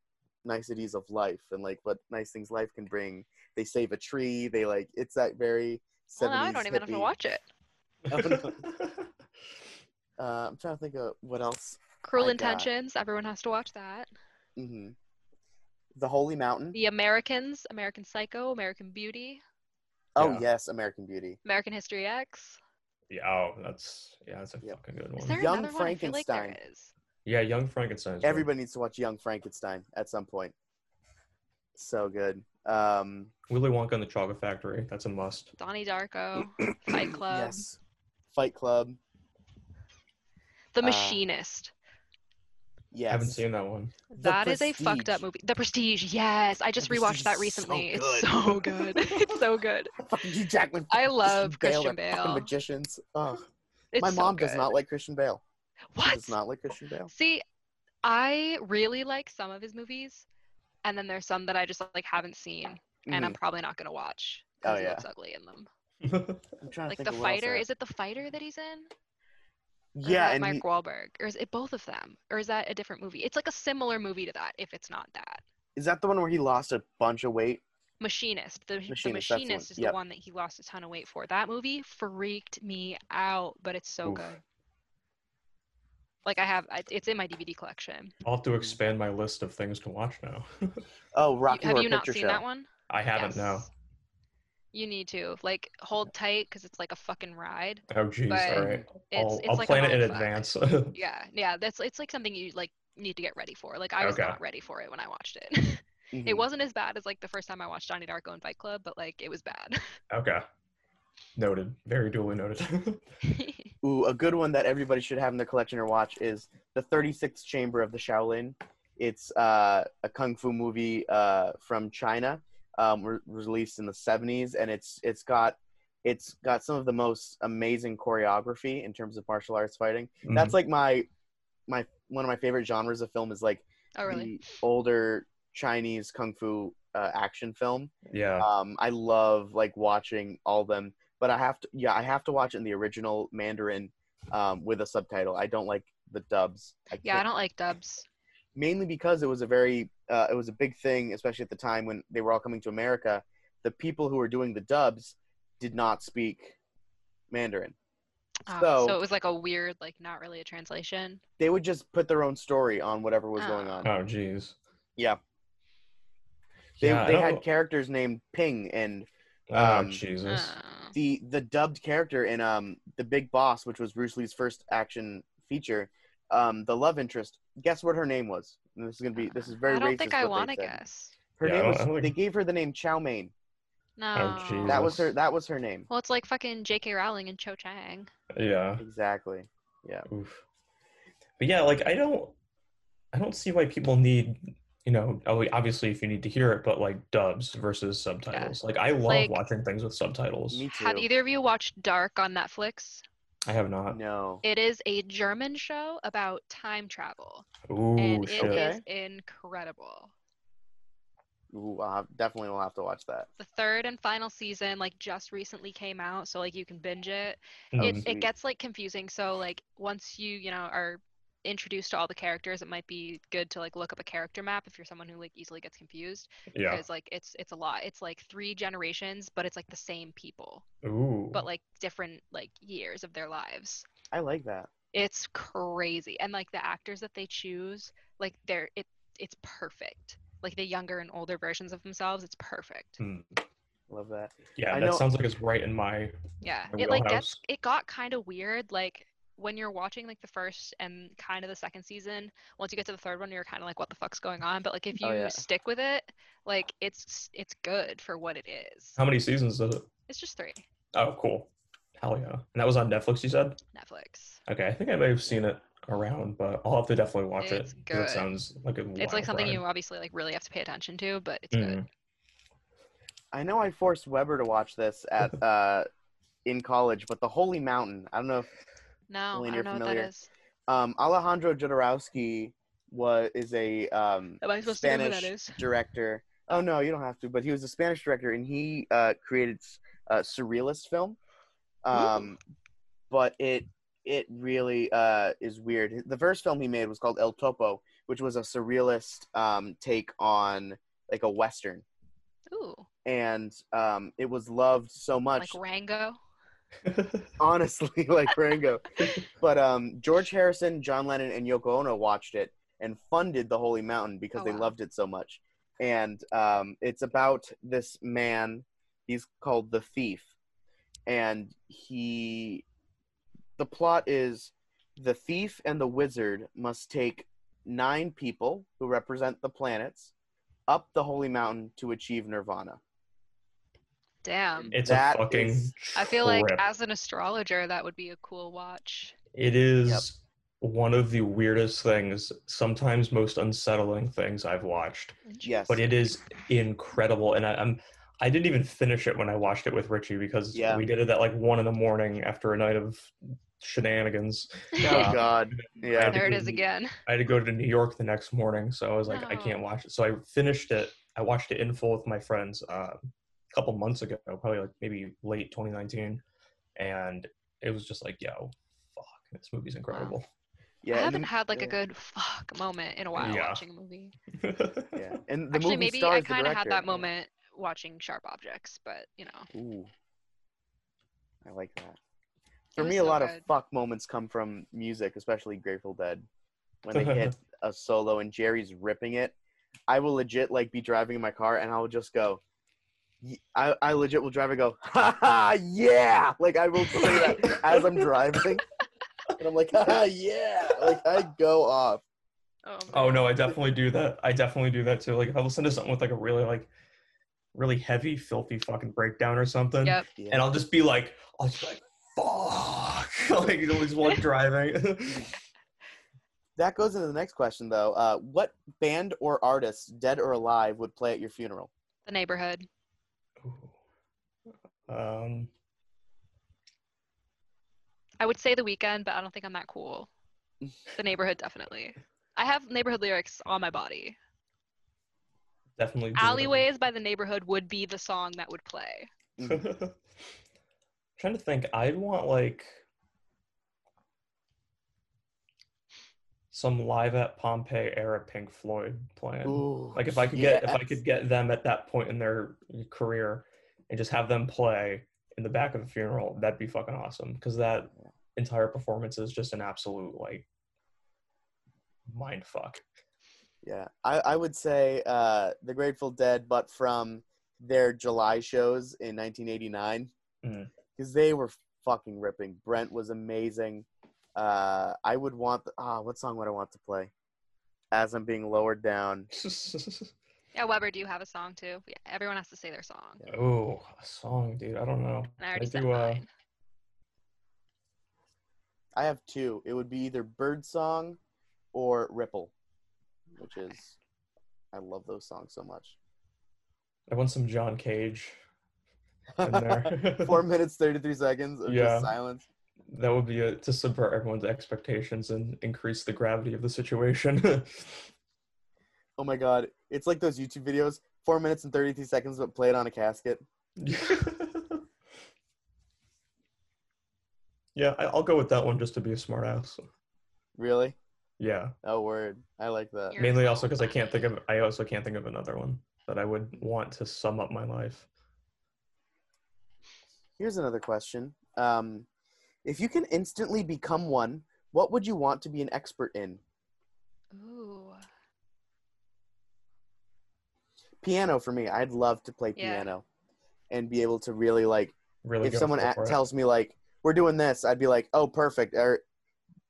S2: niceties of life and like what nice things life can bring. They save a tree. They like it's that very. 70s
S3: Well, now I don't even have to
S2: hippie-
S3: watch it.
S2: Uh, I'm trying to think of what else
S3: Cruel
S2: I got-
S3: Intentions. Everyone has to watch that.
S2: hmm The Holy Mountain.
S3: The Americans, American Psycho, American Beauty,
S2: Oh
S1: Yeah.
S2: yes, American Beauty.
S3: American History X.
S1: yeah oh that's yeah that's a
S2: Yep.
S1: fucking good
S3: Is
S1: one
S3: there
S2: Young
S3: another one? I feel like there
S2: Frankenstein.
S3: is.
S1: yeah Young Frankenstein
S2: Everybody needs to watch Young Frankenstein at some point. So good. Um,
S1: Willy Wonka and the Chocolate Factory that's a must
S3: Donnie Darko, Fight Club,
S2: yes, Fight Club.
S3: The
S2: Uh,
S3: Machinist.
S2: Yes,
S1: haven't seen that one
S2: The
S3: That is a fucked up
S2: Prestige.
S3: movie. The Prestige. Yes, I just
S2: The Prestige
S3: rewatched that
S2: is
S3: recently.
S2: so
S3: it's so good. it's so good.
S2: Fucking Hugh Jackman.
S3: I
S2: fucking
S3: love Christian
S2: they're fucking
S3: Bale.
S2: magicians. Ugh.
S3: It's
S2: My
S3: so
S2: mom does
S3: good.
S2: not like Christian Bale.
S3: What?
S2: She does not like Christian Bale.
S3: See, I really like some of his movies, and then there's some that I just like haven't seen, and I'm
S2: Mhm.
S3: probably not gonna watch
S2: Oh,
S3: because he
S2: yeah.
S3: looks ugly in them.
S2: Mm-hmm. I'm trying
S3: Like
S2: to think
S3: the
S2: of what else I
S3: fighter,
S2: have.
S3: is it the fighter that he's in? Or is
S2: yeah,
S3: that
S2: and
S3: Mark
S2: he-
S3: Wahlberg, or is it both of them, or is that a different movie? It's like a similar movie to that, if it's not that.
S2: is that the one where he lost a bunch of weight?
S3: Machinist. The
S2: Machinist,
S3: the
S2: that's the one.
S3: machinist is
S2: Yep.
S3: the one that he lost a ton of weight for. That movie freaked me out, but it's so
S1: Oof.
S3: good. Like I have, I- it's in my DVD collection.
S1: I'll have to expand my list of things to watch now
S2: Oh,
S3: You-
S2: Rocky
S3: have
S2: Horror
S3: you not
S2: Picture
S3: seen
S2: Show.
S3: that one?
S1: I haven't now
S3: Yes. You need to like hold tight because it's like a fucking ride.
S1: oh geez
S3: But
S1: all right
S3: it's-
S1: I'll,
S3: it's
S1: I'll
S3: like a
S1: plan it in
S3: mummified.
S1: advance
S3: Yeah, yeah. That's it's like something you like need to get ready for. Like I was
S1: Okay. Hmm.
S3: not ready for it when I watched it. it
S2: Mhm.
S3: wasn't as bad as like the first time I watched Johnny Darko and Fight Club, but like it was bad.
S1: okay noted very duly noted Mm,
S2: Ooh, a good one that everybody should have in their collection or watch is the 36th Chamber of the Shaolin. It's uh, a kung fu movie uh, from China, um, re- released in the 70s, and it's it's got it's got some of the most amazing choreography in terms of martial arts fighting.
S1: Mm-hmm.
S2: That's like my my one of my favorite genres of film is like
S3: oh really?
S2: the older Chinese kung fu uh, action film.
S1: yeah
S2: Um, I love like watching all them, but I have to. Yeah, I have to watch it in the original Mandarin um, with a subtitle. I don't like the dubs. I
S3: Yeah, I
S2: can't-
S3: don't like dubs.
S2: mainly because it was a very uh, it was a big thing, especially at the time when they were all coming to America. The people who were doing the dubs did not speak Mandarin,
S3: Ah,
S2: So-
S3: so, it was like a weird, like not really a translation.
S2: they would just put their own story on whatever was going
S3: Ah.
S2: on.
S1: oh geez
S2: Yeah, they
S1: Yeah, I
S2: they
S1: don't-
S2: had characters named Ping and
S1: oh
S2: um,
S1: Jesus
S3: Oh.
S2: the the dubbed character in um the Big Boss, which was Bruce Lee's first action feature, um the love interest. Guess what her name was? And this is gonna be this is very.
S3: I don't
S2: racist
S3: think I
S2: want to
S3: guess.
S2: Her
S1: Yeah, I
S2: name
S1: don't-
S2: was.
S1: I don't
S2: They
S1: think-
S2: gave her the name Chow Mein.
S3: No.
S1: Jesus.
S2: That was her. That was her name.
S3: Well, it's like fucking J.K. Rowling and Cho Chang.
S1: Yeah.
S2: Exactly.
S1: Oof. But yeah, like I don't, I don't see why people need, you know, ob- obviously if you need to hear it, but like dubs versus subtitles. Like I love
S3: Like-
S1: watching things with subtitles.
S2: Me
S3: Have
S2: too.
S3: either of you watched Dark on Netflix?
S1: I have not.
S2: No.
S3: It is a German show about time travel,
S1: Ooh,
S3: and it is
S1: shit.
S2: Okay.
S3: incredible.
S2: Ooh, I'll have, definitely will have to watch that.
S3: The third and final season, like just recently came out, so like you can binge it.
S1: Mm.
S3: it,
S2: sweet.
S3: it gets like confusing so like once you you know are introduced to all the characters it might be good to like look up a character map if you're someone who like easily gets confused
S1: yeah.
S3: because like it's it's a lot it's like three generations but it's like the same people
S1: Ooh.
S3: but like different like years of their lives
S2: I like that.
S3: it's crazy and like the actors that they choose like they're it it's perfect like the younger and older versions of themselves it's perfect
S1: Mm.
S2: Love that.
S1: Yeah,
S2: I
S1: that
S2: know-
S1: sounds like it's right in my.
S3: Yeah,
S1: my
S3: it like
S1: wheelhouse.
S3: gets it got kind of weird. Like when you're watching like the first and kind of the second season, once you get to the third one, you're kind of like, what the fuck's going on? But like if you
S2: Oh, yeah.
S3: stick with it, like it's it's good for what it is.
S1: How many seasons is it?
S3: It's just three.
S1: Oh, cool. Hell yeah! And that was on Netflix. You said.
S3: Netflix.
S1: Okay, I think I may have seen it around, but I'll have to definitely watch
S3: It's
S1: it. 'cause
S3: good.
S1: It sounds like a.
S3: It's like
S1: wild
S3: something
S1: ride.
S3: you obviously like really have to pay attention to, but it's
S1: Mm.
S3: good.
S2: I know I forced Weber to watch this at uh, in college, but the Holy Mountain. I don't know. If,
S3: No,
S2: Elaine,
S3: I
S2: you're
S3: don't know what
S2: familiar.
S3: that is.
S2: um, Alejandro Jodorowsky was is a um,
S3: Am I supposed to know who
S2: Spanish
S3: that is?
S2: director. Oh no, you don't have to. But he was a Spanish director, and he uh, created a surrealist film. Um, but it it really uh, is weird. The first film he made was called El Topo, which was a surrealist um, take on like a western,
S3: Ooh,
S2: and um, it was loved so much.
S3: like Rango.
S2: honestly like Rango. but um, George Harrison, John Lennon, and Yoko Ono watched it and funded The Holy Mountain because
S3: Oh,
S2: they
S3: wow.
S2: loved it so much. And um, it's about this man. He's called the Thief, and he. The plot is the thief and the wizard must take nine people who represent the planets up the holy mountain to achieve nirvana.
S3: Damn.
S1: It's
S2: That
S1: a fucking.
S2: is-
S3: I feel like
S1: trip.
S3: as an astrologer, that would be a cool watch.
S1: It is one of the weirdest things, sometimes most unsettling things I've watched.
S2: Yes.
S1: But it is incredible, and I, I'm I didn't even finish it when I watched it with Richie because
S2: Yeah.
S1: we did it at like one in the morning after a night of shenanigans.
S2: oh God. Yeah.
S3: there it is again.
S1: I had to go to New York the next morning, so I was like, I can't
S3: No.
S1: watch it. So I finished it. I watched it in full with my friends uh, a couple months ago, probably like maybe late 2019, and it was just like, yo, fuck, this movie's incredible.
S2: Yeah.
S3: I
S2: and
S3: haven't
S2: then-
S3: had like a
S2: yeah.
S3: good fuck moment in a while
S1: Yeah.
S3: watching a movie.
S2: Yeah, and the movie
S3: Actually, maybe I
S2: stars the
S3: kind of had
S2: director.
S3: that moment watching Sharp Objects, but you know,
S2: Ooh, I like that. For
S3: was
S2: me, a
S3: so
S2: lot of
S3: good.
S2: fuck moments come from music, especially Grateful Dead, when they hit a solo and Jerry's ripping it. I will legit like be driving in my car and I will just go. y- I, I legit will drive and go, ha ha, yeah! Like I will say that as I'm driving, and I'm like, ha ha, yeah! Like I go off.
S3: oh, my
S1: oh
S3: God.
S1: no, I definitely do that. I definitely do that too. Like if I listen to something with like a really like really heavy, filthy fucking breakdown or something,
S3: Yep.
S2: Yeah.
S1: and I'll just be like, I'll just be like, fuck, like you know, just while I'm driving.
S2: That goes into the next question, though. Uh, what band or artist, dead or alive, would play at your funeral?
S3: the neighborhood.
S1: um.
S3: I would say the weekend, but I don't think I'm that cool. The neighborhood definitely. I have neighborhood lyrics on my body.
S1: definitely do
S3: Alleyways by the neighborhood would be the song that would play.
S1: whatever. trying to think i'd want like some live at pompeii era pink floyd playing
S2: Ooh,
S1: like if i could get if i could get them at that point in their career and just have them play in the back of a funeral that'd be fucking awesome because that entire performance is just an absolute like mind fuck
S2: yeah, I, I would say uh, the Grateful Dead, but from their July shows in 1989.
S1: Mm.
S2: because they were fucking ripping. Brent was amazing. Uh, I would want ah, what song would I want to play? As I'm being lowered down.
S3: Yeah, Weber, do you have a song too? Yeah, everyone has to say their song.
S1: oh, a song, dude. I don't know.
S3: And I already
S1: I
S3: said
S1: do, uh,
S3: mine.
S2: I have two. It would be either Birdsong or Ripple, which is I love those songs so much.
S1: I want some John Cage in there.
S2: Four minutes thirty three seconds of
S1: Yeah.
S2: just silence.
S1: that would be a, to subvert everyone's expectations and increase the gravity of the situation.
S2: Oh my god. It's like those YouTube videos, four minutes and thirty three seconds but played on a casket.
S1: yeah, I, I'll go with that one just to be a smartass.
S2: Really?
S1: Yeah,
S2: Oh word. I like that.
S3: You're
S1: mainly
S3: so
S1: also because I can't think of
S3: funny.
S1: I also can't think of another one that I would want to sum up my life.
S2: Here's another question. Um, if you can instantly become one, what would you want to be an expert in?
S3: Ooh.
S2: Piano for me. I'd love to play
S3: Yeah.
S2: piano and be able to really like
S1: Really,
S2: if
S1: go
S2: someone
S1: for
S2: a-
S1: it.
S2: tells me like we're doing this, I'd be like, "Oh, perfect." Or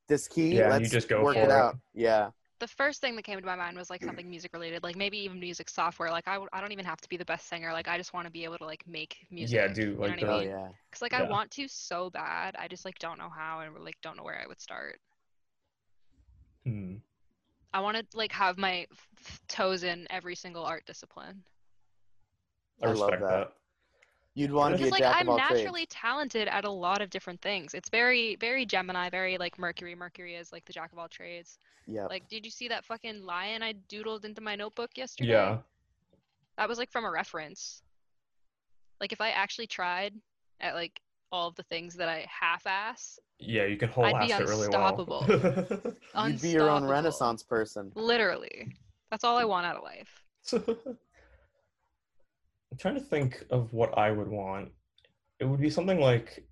S2: this key,
S1: Yeah, and you
S2: let's
S1: just go
S2: work
S3: for
S2: it
S3: it.
S2: out. Yeah.
S3: The first thing that came to my mind was like
S1: Mm.
S3: something music related, like maybe even music software. Like I, w- I don't even have to be the best singer. Like I just want to be able to like make music.
S1: yeah, dude,
S3: know
S1: like
S3: what I
S2: Oh
S1: the-
S3: mean?
S2: yeah.
S3: Because like
S1: Yeah.
S3: I want to so bad. I just like don't know how and like don't know where I would start.
S1: hmm.
S3: I want to like have my f- f- toes in every single art discipline.
S1: I
S2: I love
S1: respect
S2: that. You'd want to be a
S3: Because like
S2: jack
S3: I'm
S2: of all
S3: naturally
S2: trades.
S3: talented at a lot of different things. It's very very Gemini, very like Mercury. Mercury is like the jack of all trades.
S2: Yeah.
S3: Like did you see that fucking lion I doodled into my notebook
S1: that.
S3: yesterday?
S1: Yeah,
S3: That was like from a reference. Like if I actually tried at like all of the things that I half-ass,
S1: yeah, you can whole ass
S3: I'd be
S1: it really well.
S2: You'd be your own
S3: unstoppable.
S2: renaissance person.
S3: Literally. That's all I want out of life.
S1: I'm trying to think of what I would want. It would be something like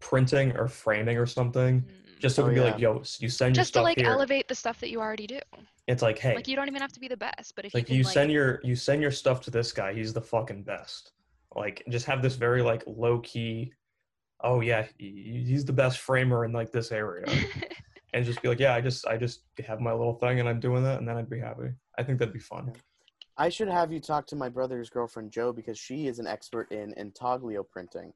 S1: printing or framing or something.
S3: Mm.
S1: Just so
S2: Oh,
S1: we can be
S2: yeah.
S1: like, yo, s- you send your
S3: Just to
S1: stuff
S3: like
S1: here.
S3: elevate the stuff that you already do.
S1: it's like, hey,
S3: Like you don't even have to be the best, but if
S1: like
S3: you, can,
S1: you
S3: like,
S1: send your you send your stuff to this guy. He's the fucking best. Like, just have this very like low key. Oh yeah, he- he's the best framer in like this area, and just be like, yeah, I just I just have my little thing and I'm doing that, and then I'd be happy. I think that'd be fun.
S2: I should have you talk to my brother's girlfriend Joe because she is an expert in intaglio printing,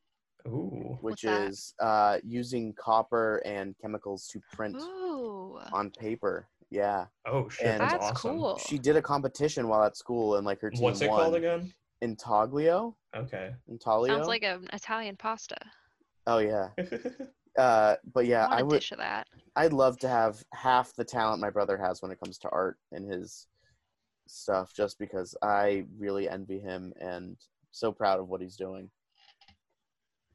S1: Ooh,
S2: which
S3: What's that?
S2: is uh, using copper and chemicals to print
S3: Ooh.
S2: on paper. Yeah,
S1: oh shit,
S2: And-
S1: that's,
S3: That's
S1: awesome.
S3: cool.
S2: she did a competition while at school, and like her team
S1: What's it
S2: won.
S1: called again?
S2: Intaglio.
S1: Okay.
S2: Intaglio.
S3: Sounds like an Italian pasta.
S2: oh yeah. Uh, but yeah,
S3: I want
S2: I
S3: a
S2: would.
S3: dish of that.
S2: I'd love to have half the talent my brother has when it comes to art and his stuff, just because I really envy him and so proud of what he's doing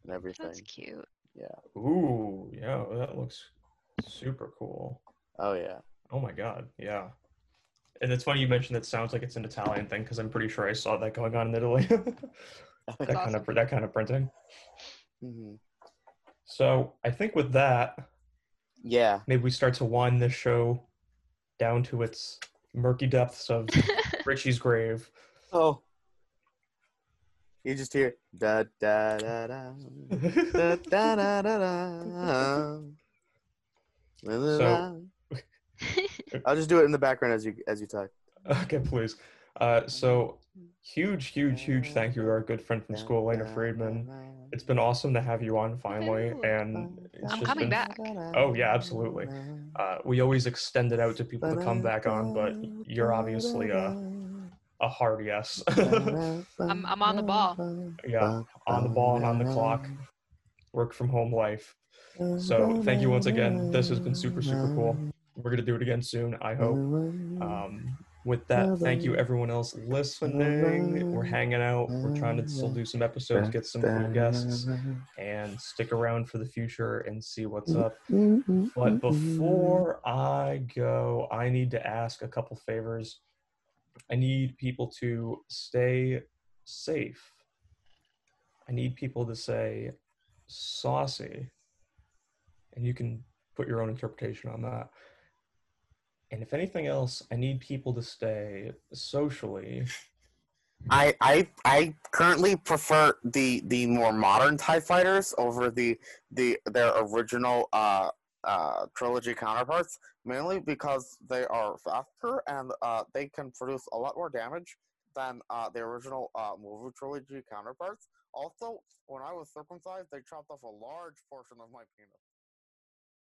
S2: and everything.
S3: That's cute.
S1: Ooh, yeah, that looks super cool.
S2: Oh yeah,
S1: Oh my god, yeah. And it's funny you mentioned that sounds like it's an Italian thing because I'm pretty sure I saw that going on in Italy. that
S3: That's
S1: kind of
S3: awesome.
S1: that kind of printing.
S2: hmm
S1: So I think with that,
S2: yeah.
S1: maybe we start to wind this show down to its murky depths of Richie's grave.
S2: Oh, you just hear da da da da da da da da. da. La, la, la. I'll just do it in the background as you as you talk.
S1: Okay, please. Uh, so huge, huge, huge thank you to our good friend from school, Elena Friedman. It's been awesome to have you on finally,
S3: Ooh.
S1: and it's
S3: I'm
S1: just
S3: coming
S1: been,
S3: back.
S1: Oh, yeah, absolutely. Uh, we always extend it out to people to come back on, but you're obviously uh, a, a hard yes.
S2: I'm,
S3: I'm on the ball.
S1: yeah, on the ball and on the clock, work from home life. So thank you once again. This has been super, super cool. We're gonna do it again soon, I hope. Um, with that, thank you everyone else listening. We're hanging out. We're trying to still do some episodes, get some cool guests, and stick around for the future and see what's up. But before I go, I need to ask a couple favors. I need people to stay safe. I need people to say saucy. And you can put your own interpretation on that. And if anything else, I need people to stay socially
S2: I I I currently prefer the the more modern Tie Fighters over the the their original uh uh trilogy counterparts, mainly because they are faster and uh they can produce a lot more damage than uh the original uh movie trilogy counterparts. Also, when I was circumcised, they chopped off a large portion of my penis.